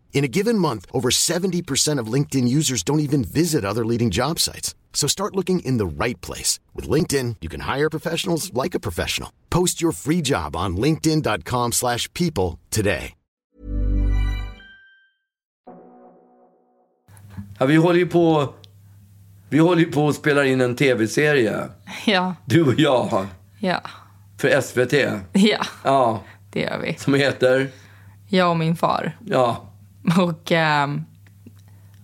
D: In a given month, over 70% of LinkedIn users don't even visit other leading job sites. So start looking in the right place. With LinkedIn, you can hire professionals like a professional. Post your free job on linkedin.com/people slash people today.
A: Ja, vi håller ju på... Vi håller ju på och spelar in en tv-serie.
B: Ja,
A: Du och jag.
B: ja,
A: För SVT.
B: ja,
A: Ja.
B: det gör vi.
A: Som heter...
B: Jag och min far.
A: Ja.
B: Och ehm,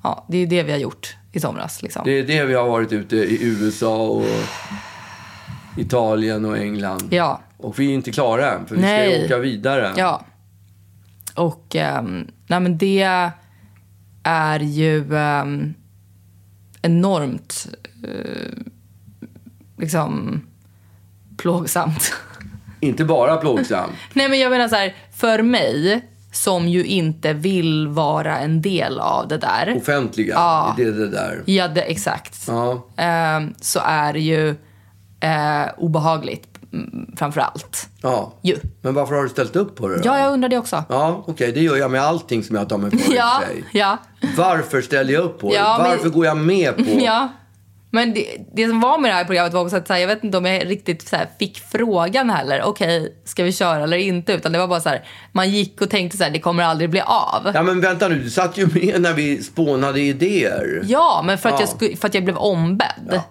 B: ja, det är ju det vi har gjort i somras liksom.
A: Det är det vi har varit ute i USA och Italien och England.
B: Ja.
A: Och vi är inte klara än, för vi ska
B: Nej.
A: ju åka vidare.
B: Ja. Och um, nej, men det är ju ehm, enormt eh, liksom plågsamt.
A: Inte bara plågsam.
B: nej men jag menar så här, för mig som ju inte vill vara en del av det där.
A: Offentliga.
B: Ja.
A: Det är det där.
B: Ja, det, exakt.
A: Ja.
B: Ehm, så är det ju eh, obehagligt mm, framför allt.
A: ja.
B: Ju.
A: Men varför har du ställt upp på det då?
B: Ja, jag undrar det också.
A: Ja, okej. Det gör jag med allting som jag tar mig på. i
B: Ja,
A: och för sig.
B: ja.
A: Varför ställer jag upp på det?
B: Ja, men-
A: Varför går jag med på
B: Ja. Men det, det som var med det här programmet var också att så här, jag vet inte om jag riktigt så här, fick frågan heller. Okej, ska vi köra eller inte? Utan det var bara så här, man gick och tänkte så här, det kommer aldrig bli av.
A: Ja, men vänta nu. Du satt ju med när vi spånade idéer.
B: Ja, men för att,
A: Ja.
B: Jag, sku- för att jag blev ombedd.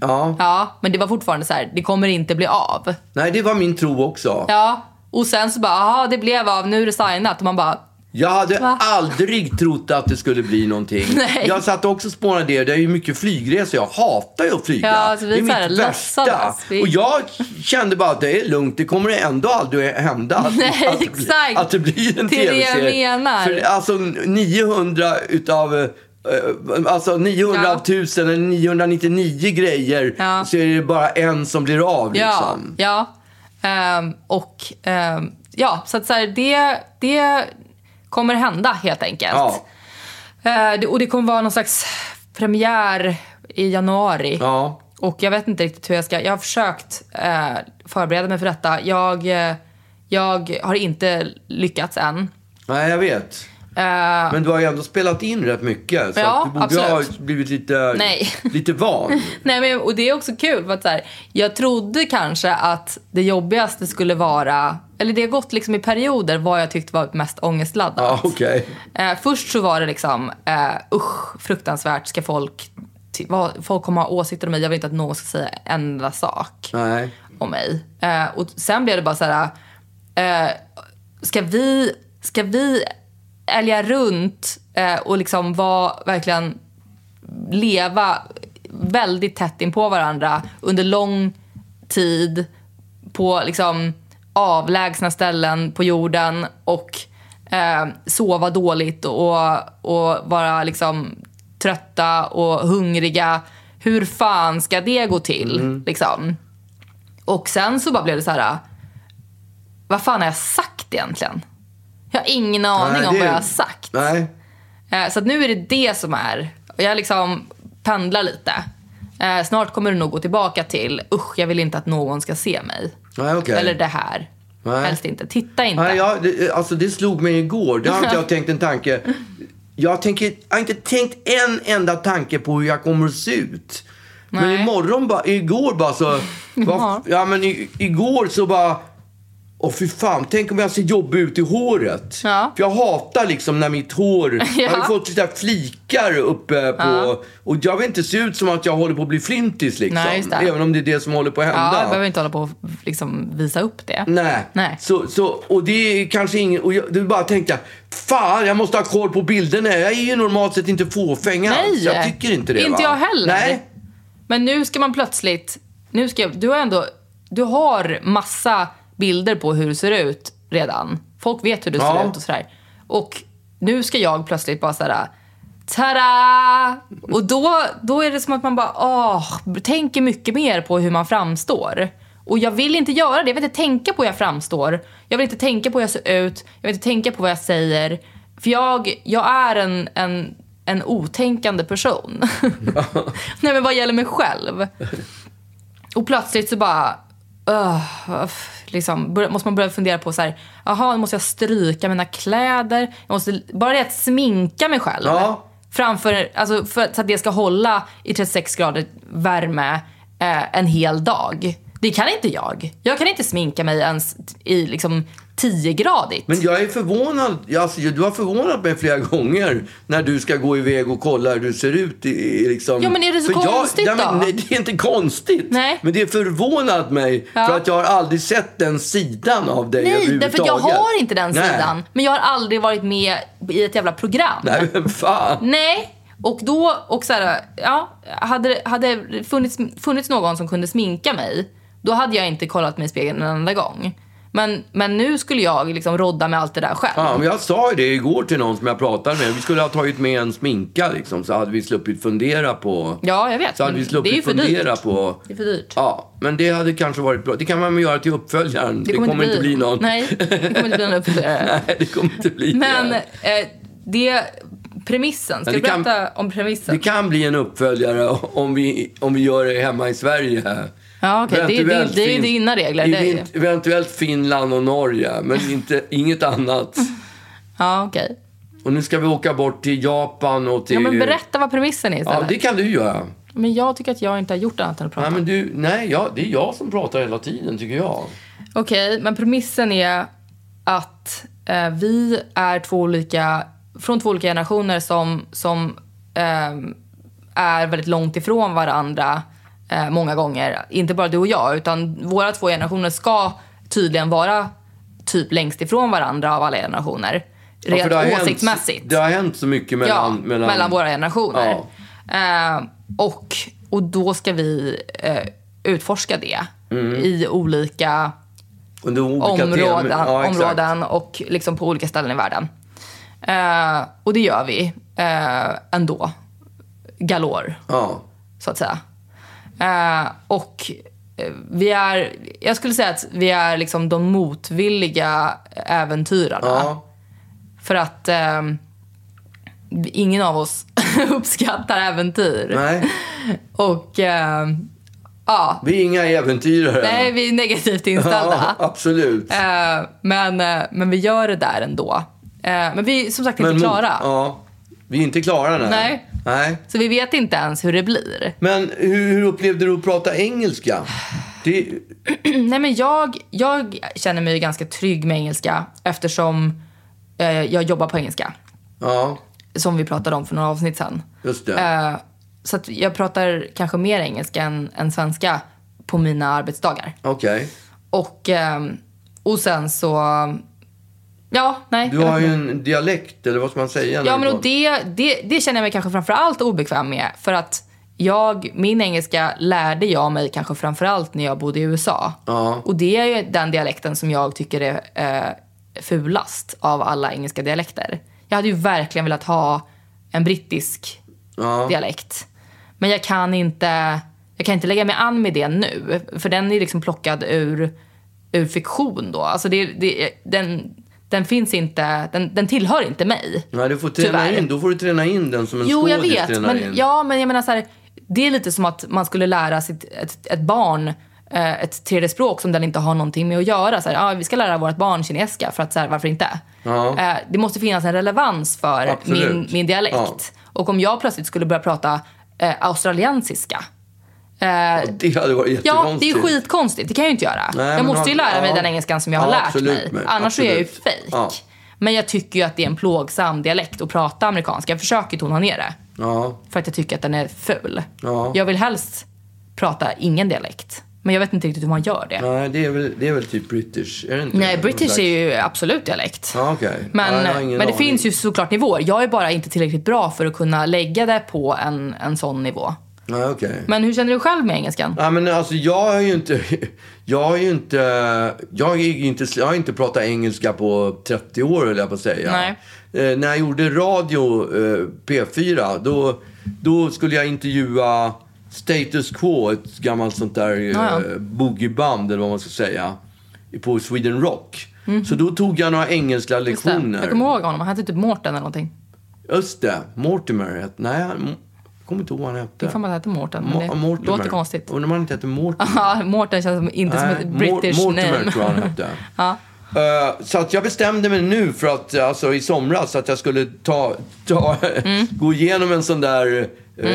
B: Ja.
A: Ja.
B: men det var fortfarande så här, det kommer inte bli av.
A: Nej, det var min tro också.
B: Ja, och sen så bara, aha, det blev av, nu är det signat. Och man bara,
A: Jag hade
B: Va?
A: aldrig trott att det skulle bli någonting.
B: Nej.
A: Jag satt också och spånade det. Det är ju mycket flygresor. Jag hatar ju att flyga.
B: Ja, så
A: det
B: vi
A: är
B: så här
A: mitt värsta.
B: låtsades. Vi-
A: Och jag kände bara att det är lugnt. Det kommer ändå aldrig hända att,
B: Nej,
A: att, det, blir,
B: exakt.
A: att det blir en
B: Det är det jag
A: tv-serie.
B: menar.
A: För alltså 900 utav eh, eh, Alltså 900
B: Ja.
A: av 1000 eller 999 grejer
B: Ja.
A: så är det bara en som blir av.
B: Ja,
A: Liksom.
B: ja. Ehm, och ehm, ja, så att så här, det, det kommer hända helt enkelt.
A: Ja.
B: Eh, det, och det kommer vara någon slags premiär i januari.
A: Ja.
B: Och jag vet inte riktigt hur jag ska... Jag har försökt eh, förbereda mig för detta. Jag, eh, jag har inte lyckats än. Ehm,
A: Nej, jag vet. Men du har ju ändå spelat in rätt mycket. Så
B: Ja,
A: att du borde ju ha
B: absolut.
A: blivit lite,
B: Nej.
A: lite van.
B: Nej, men, och det är också kul för att så här, jag trodde kanske att det jobbigaste skulle vara, eller det har gått liksom i perioder vad jag tyckte var mest
A: Ja,
B: ångestladdat.
A: okej.
B: Eh, först så var det liksom, eh, usch, fruktansvärt, ska folk, ty- vad, folk kommer ha åsikter om mig, jag vill inte att någon ska säga en enda sak
A: Nej.
B: om mig. Eh, och sen blev det bara så här, eh, ska vi, ska vi älga runt eh, och liksom vara verkligen leva väldigt tätt in på varandra under lång tid på liksom avlägsna ställen på jorden och eh, sova dåligt och, och vara liksom trötta och hungriga. Hur fan ska det gå till? Liksom? Och sen så bara blev det så här... Vad fan har jag sagt egentligen? Jag har ingen aning
A: Nej,
B: om
A: det-
B: vad jag har sagt.
A: Nej.
B: Eh, Så att nu är det det som är. Och Jag liksom pendlar lite. Eh, snart kommer du nog gå tillbaka till, usch jag vill inte att någon ska se mig.
A: Nej, okej.
B: Eller det här.
A: Nej.
B: Helst inte. Titta inte.
A: Nej, ja, det, alltså det slog mig igår. Det har inte jag tänkt en tanke. Jag, tänker, jag har inte tänkt en enda tanke på hur jag kommer att se ut. Men
B: Nej.
A: imorgon bara, igår bara så... Var, ja, men i, igår så bara... Åh fy fan, tänk om jag ser jobbig ut i håret.
B: Ja.
A: För jag hatar liksom när mitt hår...
B: Ja.
A: Jag har ju fått sådana där flikar uppe på... Och jag vill inte se ut som att jag håller på att bli flintis liksom.
B: Nej, just det.
A: Även om det är det som håller på att hända.
B: Ja, jag behöver inte hålla på och liksom visa upp det.
A: Nej.
B: Nej.
A: Så, så, och det är kanske ingen... Och jag, du bara tänkte, fan jag måste ha koll på bilderna. Jag är ju normalt sett inte fåfäng alls.
B: Nej.
A: Jag tycker inte det.
B: Inte
A: va?
B: jag heller.
A: Nej.
B: Men nu ska man plötsligt... Nu ska jag, du har ändå... Du har massa bilder på hur du ser ut redan. Folk vet hur du
A: Ja.
B: ser ut och sådär. Och nu ska jag plötsligt bara såhär... Tada! Och då, då är det som att man bara åh, tänker mycket mer på hur man framstår. Och jag vill inte göra det. Jag vill inte tänka på hur jag framstår. Jag vill inte tänka på hur jag ser ut. Jag vill inte tänka på vad jag säger. För jag, jag är en, en, en otänkande person. Nej men vad gäller mig själv. Och plötsligt så bara... öh, öff, liksom, bör, måste man börja fundera på så här, aha, nu måste jag stryka mina kläder. Jag måste, bara det att sminka mig själv.
A: Ja.
B: Framför, alltså, för, så att det ska hålla i 36 grader värme eh, en hel dag. Det kan inte jag. Jag kan inte sminka mig ens i liksom 10-gradigt.
A: Men jag är förvånad. Jag- Alltså, du har förvånat mig flera gånger när du ska gå iväg och kolla hur du ser ut. I, i, liksom.
B: Ja, men är det så
A: För
B: konstigt
A: jag, nej, men
B: då?
A: Nej, det är inte konstigt.
B: Nej.
A: Men det är förvånat mig
B: Ja.
A: för att jag har aldrig sett den sidan av dig
B: Nej,
A: överhuvudtaget.
B: därför att jag har inte den
A: Nej.
B: sidan. Men jag har aldrig varit med i ett jävla program.
A: Nej, men fan.
B: Nej. Och då, och så här, ja, hade, hade det funnits, funnits någon som kunde sminka mig, då hade jag inte kollat mig i spegeln en enda gång. Men, men nu skulle jag liksom rodda med allt det där själv.
A: Ja, men jag sa ju det igår till någon som jag pratade med. Vi skulle ha tagit med en sminka liksom, så hade vi sluppit fundera på...
B: Ja, jag vet,
A: Så hade
B: men
A: vi
B: det är
A: sluppit
B: ju för
A: fundera
B: dyrt.
A: på...
B: Det är för dyrt.
A: Ja, men det hade kanske varit bra. Det kan man väl göra till uppföljaren. Det kommer, inte bli någon.
B: Nej, det kommer inte bli någon uppföljare.
A: Nej, det kommer inte bli
B: Men
A: det.
B: eh, det, premissen. Ska
A: Ja,
B: du
A: det kan-
B: berätta om premissen?
A: Det kan bli en uppföljare om vi, om vi gör det hemma i Sverige.
B: Ja, okej. Det är- det är-
A: Eventuellt
B: det är
A: fin-
B: ju dina regler, det är ju.
A: event- Eventuellt Finland och Norge, men inte, inget annat.
B: Ja, okej.
A: Och nu ska vi åka bort till Japan och till...
B: Ja, men berätta vad premissen är
A: Ja,
B: istället.
A: det kan du göra.
B: Men jag tycker att jag inte har gjort annat än att prata.
A: Nej, men du, nej jag, det är jag som pratar hela tiden, tycker jag.
B: Okej, men premissen är att eh, vi är två olika, från två olika generationer som, som ehm, är väldigt långt ifrån varandra eh, många gånger. Inte bara du och jag, utan våra två generationer ska tydligen vara typ längst ifrån varandra av alla generationer.
A: Ja,
B: Rent
A: för det har
B: åsiktsmässigt.
A: Hänt, det har hänt så mycket mellan...
B: ja, mellan, våra generationer. Eh, och, och då ska vi eh, utforska det
A: Mm.
B: i olika
A: Under olika
B: områden,
A: teman. Ja, exakt.
B: områden och liksom på olika ställen i världen. Eh, och det gör vi eh, ändå. Galore,
A: Ja.
B: så att säga. Eh, och eh, vi är, jag skulle säga att vi är liksom de motvilliga äventyrarna.
A: Ja.
B: För att eh, ingen av oss uppskattar äventyr.
A: Nej,
B: Och eh, ja,
A: vi är inga äventyrare.
B: nej, vi är negativt inställda.
A: ja, absolut.
B: Eh, men, eh, men vi gör det där ändå. Eh, men vi är som sagt inte
A: mot-
B: klara.
A: Ja, vi är inte klara, nej.
B: Nej.
A: nej.
B: Så vi vet inte ens hur det blir.
A: Men hur, hur upplevde du att prata engelska? Det,
B: Nej, men jag, jag känner mig ganska trygg med engelska eftersom eh, jag jobbar på engelska.
A: ja,
B: Som vi pratade om för några avsnitt sedan.
A: just det.
B: Eh, så att jag pratar kanske mer engelska än, än svenska på mina arbetsdagar.
A: Okej.
B: Och, ehm, och sen så... Ja, nej.
A: Du
B: jag vet
A: har ju
B: inte.
A: en dialekt, eller vad ska man säga? när
B: Ja,
A: du
B: men och
A: pratar?
B: det, det, det känner jag mig kanske framför allt obekväm med. För att jag, min engelska lärde jag mig kanske framför allt när jag bodde i USA.
A: Ja.
B: Och det är ju den dialekten som jag tycker är eh, fulast av alla engelska dialekter. Jag hade ju verkligen velat ha en brittisk
A: Ja.
B: dialekt. Men jag kan inte, jag kan inte lägga mig an med det nu. För den är liksom plockad ur, ur fiktion då. Alltså det, det, den, den finns inte, den, den tillhör inte mig.
A: Nej, du får träna
B: Tyvärr.
A: in. Då får du träna in den som en
B: Jo, jag
A: skådis
B: vet.
A: tränar
B: Men,
A: in.
B: ja, men jag menar så här, Det är lite som att man skulle lära sitt, ett, ett barn eh, ett tredje språk som den inte har någonting med att göra. Så här, ah, vi ska lära vårt barn kinesiska, för att, så här, varför inte? Eh, det måste finnas en relevans för
A: Absolut.
B: min, min dialekt.
A: Ja.
B: Och om jag plötsligt skulle börja prata eh, australiensiska eh,
A: Det hade varit
B: Ja, det är
A: jättekonstigt.
B: ju skitkonstigt. Det kan jag ju inte göra.
A: Nej,
B: jag
A: men
B: måste ju
A: har-
B: lära mig
A: ja.
B: den engelskan som jag har
A: Ja,
B: lärt
A: absolut,
B: mig.
A: men-
B: Annars så är jag ju
A: absolut.
B: fejk.
A: Ja.
B: Men jag tycker ju att det är en plågsam dialekt att prata amerikanska. Jag försöker tona ner det
A: Ja,
B: för att jag tycker att den är ful.
A: Ja.
B: Jag vill helst prata ingen dialekt. Men jag vet inte riktigt hur man gör det.
A: nej, det är väl, det är väl typ British, är det inte?
B: Nej,
A: Någon
B: British
A: slags-
B: är ju absolut dialekt.
A: Ja, okej.
B: Men, eh,
A: Ja, jag har ingen
B: men det
A: aning.
B: finns ju såklart nivåer. Jag är bara inte tillräckligt bra för att kunna lägga det på en, en sån nivå.
A: Nej, okej.
B: Men hur känner du själv med engelskan?
A: Ja, men alltså jag har ju inte... Jag har ju inte... Jag har ju inte, jag har inte pratat engelska på 30 år, höll jag på att säga.
B: Nej.
A: Eh, när jag gjorde radio, eh, P4, då, då skulle jag intervjua Status Quo, ett gammalt sånt där
B: Ja,
A: eh, boogieband, eller vad man ska säga, på Sweden Rock. Så då tog jag några engelska
B: Mhm. Just det.
A: lektioner.
B: Jag kommer ihåg honom. Han hette typ Mårten eller någonting.
A: Just det, Mortimer. het- Nej, han- jag kommer inte ihåg vad han hette.
B: Jag fan att det hette Mårten, men
A: Mo-
B: det
A: Mortimer.
B: låter konstigt.
A: Undrar om han inte hette Mortimer.
B: Ja, Mårten känns som- inte som
A: Nej,
B: ett
A: Mor-
B: British
A: Mortimer
B: name.
A: tror jag han hette.
B: Ja.
A: Eh, så att jag bestämde mig nu för att, alltså i somras, att jag skulle ta, ta
B: Mm.
A: gå igenom en sån där, eh,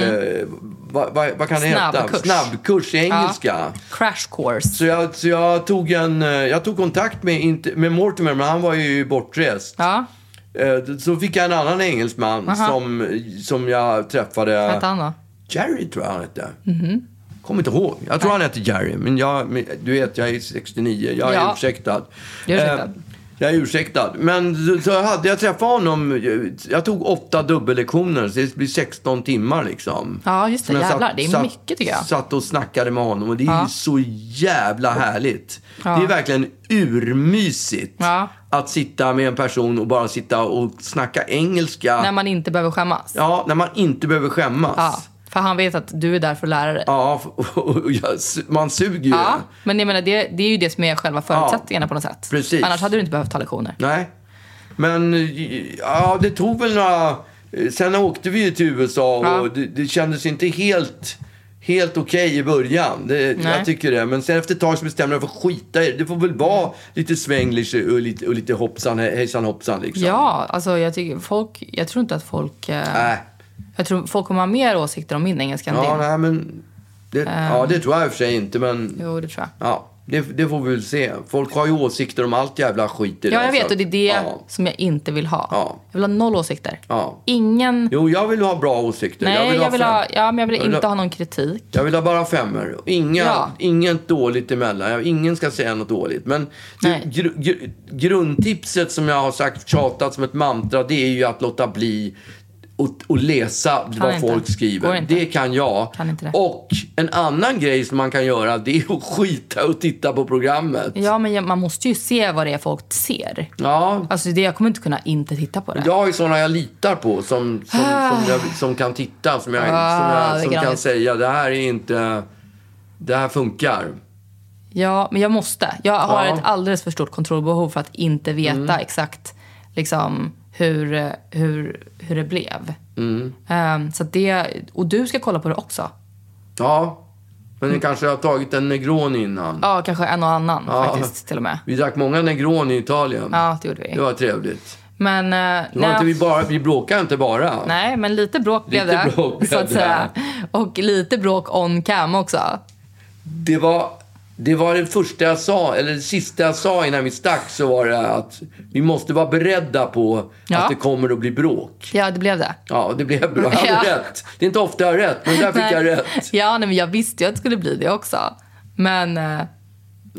A: vad, vad, vad kan det heta?
B: Snabbkurs.
A: Snabbkurs i engelska.
B: Crash course.
A: Så, jag, så jag, tog en, eh, jag tog kontakt med, inte- med Mortimer, men han var ju bortrest.
B: Ja,
A: Eh, Så fick jag en annan engelsman
B: Aha.
A: som, som jag träffade.
B: vad hette han då?
A: Jerry tror jag han hette.
B: Mhm.
A: Kommer inte ihåg. Jag tror han hette Jerry. Men, jag, men du vet, jag är 69. Jag är
B: Ja.
A: ursäktad.
B: Du är ursäktad.
A: Eh, jag är ursäktad. Men så, så hade jag träffat honom. eh, Jag tog åtta dubbellektioner. Så det blir 16 timmar liksom.
B: Ja, just det.
A: Som jag
B: Jävlar, det är mycket, tycker jag.
A: Satt och snackade med honom. Och det är
B: Ja.
A: ju så jävla härligt.
B: Ja.
A: Det är verkligen urmysigt.
B: Ja.
A: Att sitta med en person och bara sitta och snacka engelska.
B: När man inte behöver skämmas.
A: Ja, när man inte behöver skämmas.
B: Ja, för han vet att du är där för att lära dig.
A: Alltså. Ja, och- och- och jag su- man suger ju.
B: Ja, men jag menar, det, det är ju det som är själva förutsättningarna på något sätt.
A: precis. Liksom.
B: Annars hade du inte behövt ta lektioner.
A: Nej. Men ja, det tog väl några... Sen åkte vi ju till USA och
B: Ja.
A: det, det kändes inte helt, helt okej i början. Det,
B: Nej.
A: jag tycker det. Men sen efter ett tag så bestämde jag mig för att skita i det. Det får väl vara lite svänglig och lite, och lite hoppsan, hejsan hoppsan liksom.
B: Ja, alltså jag tycker folk, jag tror inte att folk... Eh,
A: Nej.
B: jag tror folk kommer ha mer åsikter om min engelska än
A: Ja,
B: din.
A: nej men... Det,
B: Eh.
A: ja, det tror jag i och för sig inte, men...
B: Jo, det tror jag.
A: Ja, det, det får vi väl se. Folk har ju åsikter om allt jävla skit idag.
B: Ja, jag vet.
A: så-
B: Och det är det
A: Ja.
B: som jag inte vill ha.
A: Ja.
B: Jag vill ha noll åsikter.
A: Ja.
B: Ingen...
A: Jo, jag vill ha bra åsikter.
B: Nej, jag vill, ha,
A: fem-
B: ja, men jag vill
A: Jag vill
B: inte
A: ha-
B: ha någon kritik.
A: jag vill ha bara femmor. Inga,
B: Ja.
A: Inget dåligt emellan. Jag- Ingen ska säga något dåligt. Men det,
B: Nej.
A: gr, gr, grundtipset som jag har sagt, tjatat som ett mantra, det är ju att låta bli och, och läsa vad
B: inte.
A: folk
B: Går
A: skriver.
B: inte.
A: Det kan jag.
B: Kan inte det.
A: Och en annan grej som man kan göra, det är att skita och titta på programmet.
B: Ja, men jag, man måste ju se vad det är folk ser.
A: Ja,
B: Alltså, det, jag kommer inte kunna inte titta på det.
A: Jag har ju sådana jag litar på som, som, som, jag, som kan titta, som, jag, som,
B: Ah.
A: jag,
B: det är
A: som kan
B: granigt.
A: säga det här är inte, det här funkar.
B: Ja, men jag måste. Jag har
A: Ja. Mm.
B: ett alldeles för stort kontrollbehov för att inte veta exakt liksom, hur, eh, hur, hur det blev.
A: Mm.
B: Ehm, så att det, och du ska kolla på det också.
A: Ja, men ni kanske har tagit en Negroni innan.
B: Ja, kanske en och annan
A: Ja.
B: faktiskt till och med.
A: Vi drack många Negroni i Italien.
B: Ja, det gjorde vi.
A: Det var trevligt.
B: Men, eh,
A: Det var
B: Ah, nej,
A: inte vi, bara, vi bråkade inte bara.
B: nej, men lite bråk blev
A: Lite
B: det.
A: bråk blev
B: så att
A: det.
B: säga. Och lite bråk on cam också.
A: Det, var, det var det första jag sa, eller det sista jag sa innan vi stack så var det att vi måste vara beredda på
B: Ja.
A: att det kommer att bli bråk.
B: Ja, det blev det.
A: Ja, det blev bra. Jag hade
B: Ja.
A: rätt. Det är inte ofta jag har rätt, men där fick
B: Nej.
A: jag rätt.
B: Ja, nej, men jag visste ju att det skulle bli det också. Men... eh,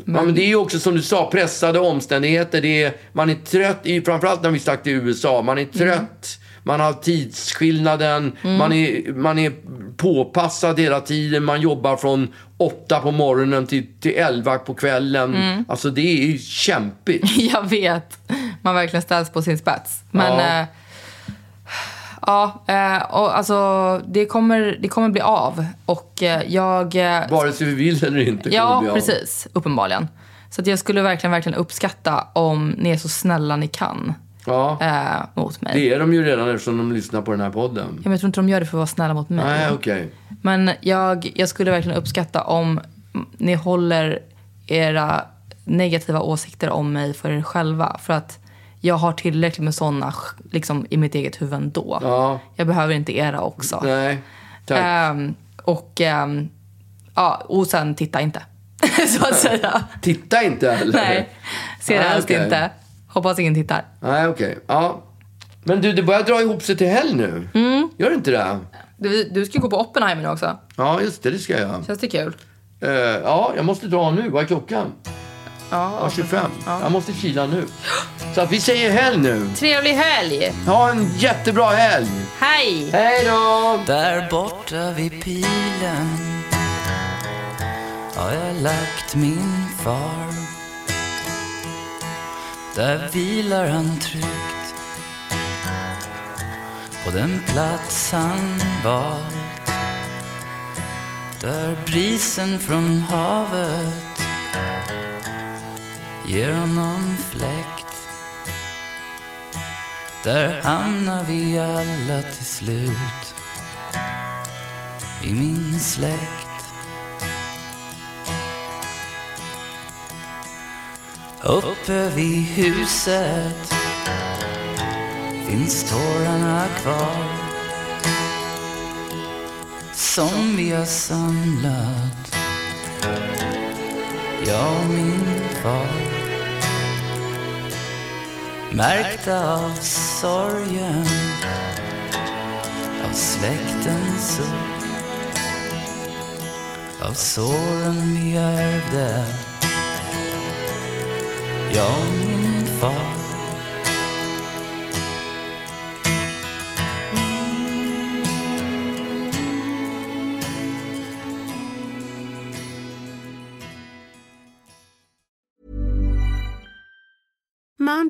A: Ja, men det är ju också som du sa, pressade omständigheter. Det är, man är trött, i, framförallt när vi stack till USA. Man är
B: Mm.
A: trött, man har tidsskillnaden, man, är, man är påpassad hela tiden. Man jobbar från åtta på morgonen till, till elva på kvällen.
B: Mm.
A: Alltså det är ju kämpigt.
B: Jag vet. Man verkligen ställs på sin spets. Men...
A: Ja.
B: Ja. Eh, ja, eh, och alltså det kommer, det kommer bli av. Och eh, jag... eh,
A: Vare sig vi vill eller inte.
B: ja,
A: kommer vi ha.
B: precis. Uppenbarligen. Så att jag skulle verkligen, verkligen uppskatta om ni är så snälla ni kan.
A: Ja,
B: eh, mot mig.
A: det är de ju redan eftersom de lyssnar på den här podden.
B: Ja, men jag tror inte de gör det för att vara snälla mot mig.
A: Nej, okej.
B: Men jag, jag skulle verkligen uppskatta om ni håller era negativa åsikter om mig för er själva. För att jag har tillräckligt med såna liksom, i mitt eget huvud ändå.
A: Ja.
B: Jag behöver inte era också.
A: Nej, tack.
B: Ehm, och, ehm, ja, och sen titta inte, så att säga.
A: Titta inte heller.
B: Nej, ser det
A: Ah,
B: helst
A: okej.
B: inte. Hoppas ingen tittar.
A: Nej, okej. Ja. Men du, det börjar dra ihop sig till helg nu. Gör det inte det?
B: Du, du ska ju gå på Oppenheimer nu också.
A: Ja, just det. Det ska jag.
B: Känns det kul?
A: Eh, ja, jag måste dra nu. Vad är klockan? Ja, 25. Jag måste kila nu. Så att vi säger helg nu.
B: Trevlig helg!
A: Ha en jättebra helg.
B: Hej!
A: Hej då!
E: Där borta vid pilen har jag lagt min far. Där vilar han tryggt på den plats han valt. Där brisen från havet ger honom fläkt. Där hamnar vi alla till slut i min släkt. Uppe vid huset finns tårarna kvar som vi har samlat, jag och min far. Märkta av sorgen, av släktens ord av såren vi ärvde jag och min far
C: Mom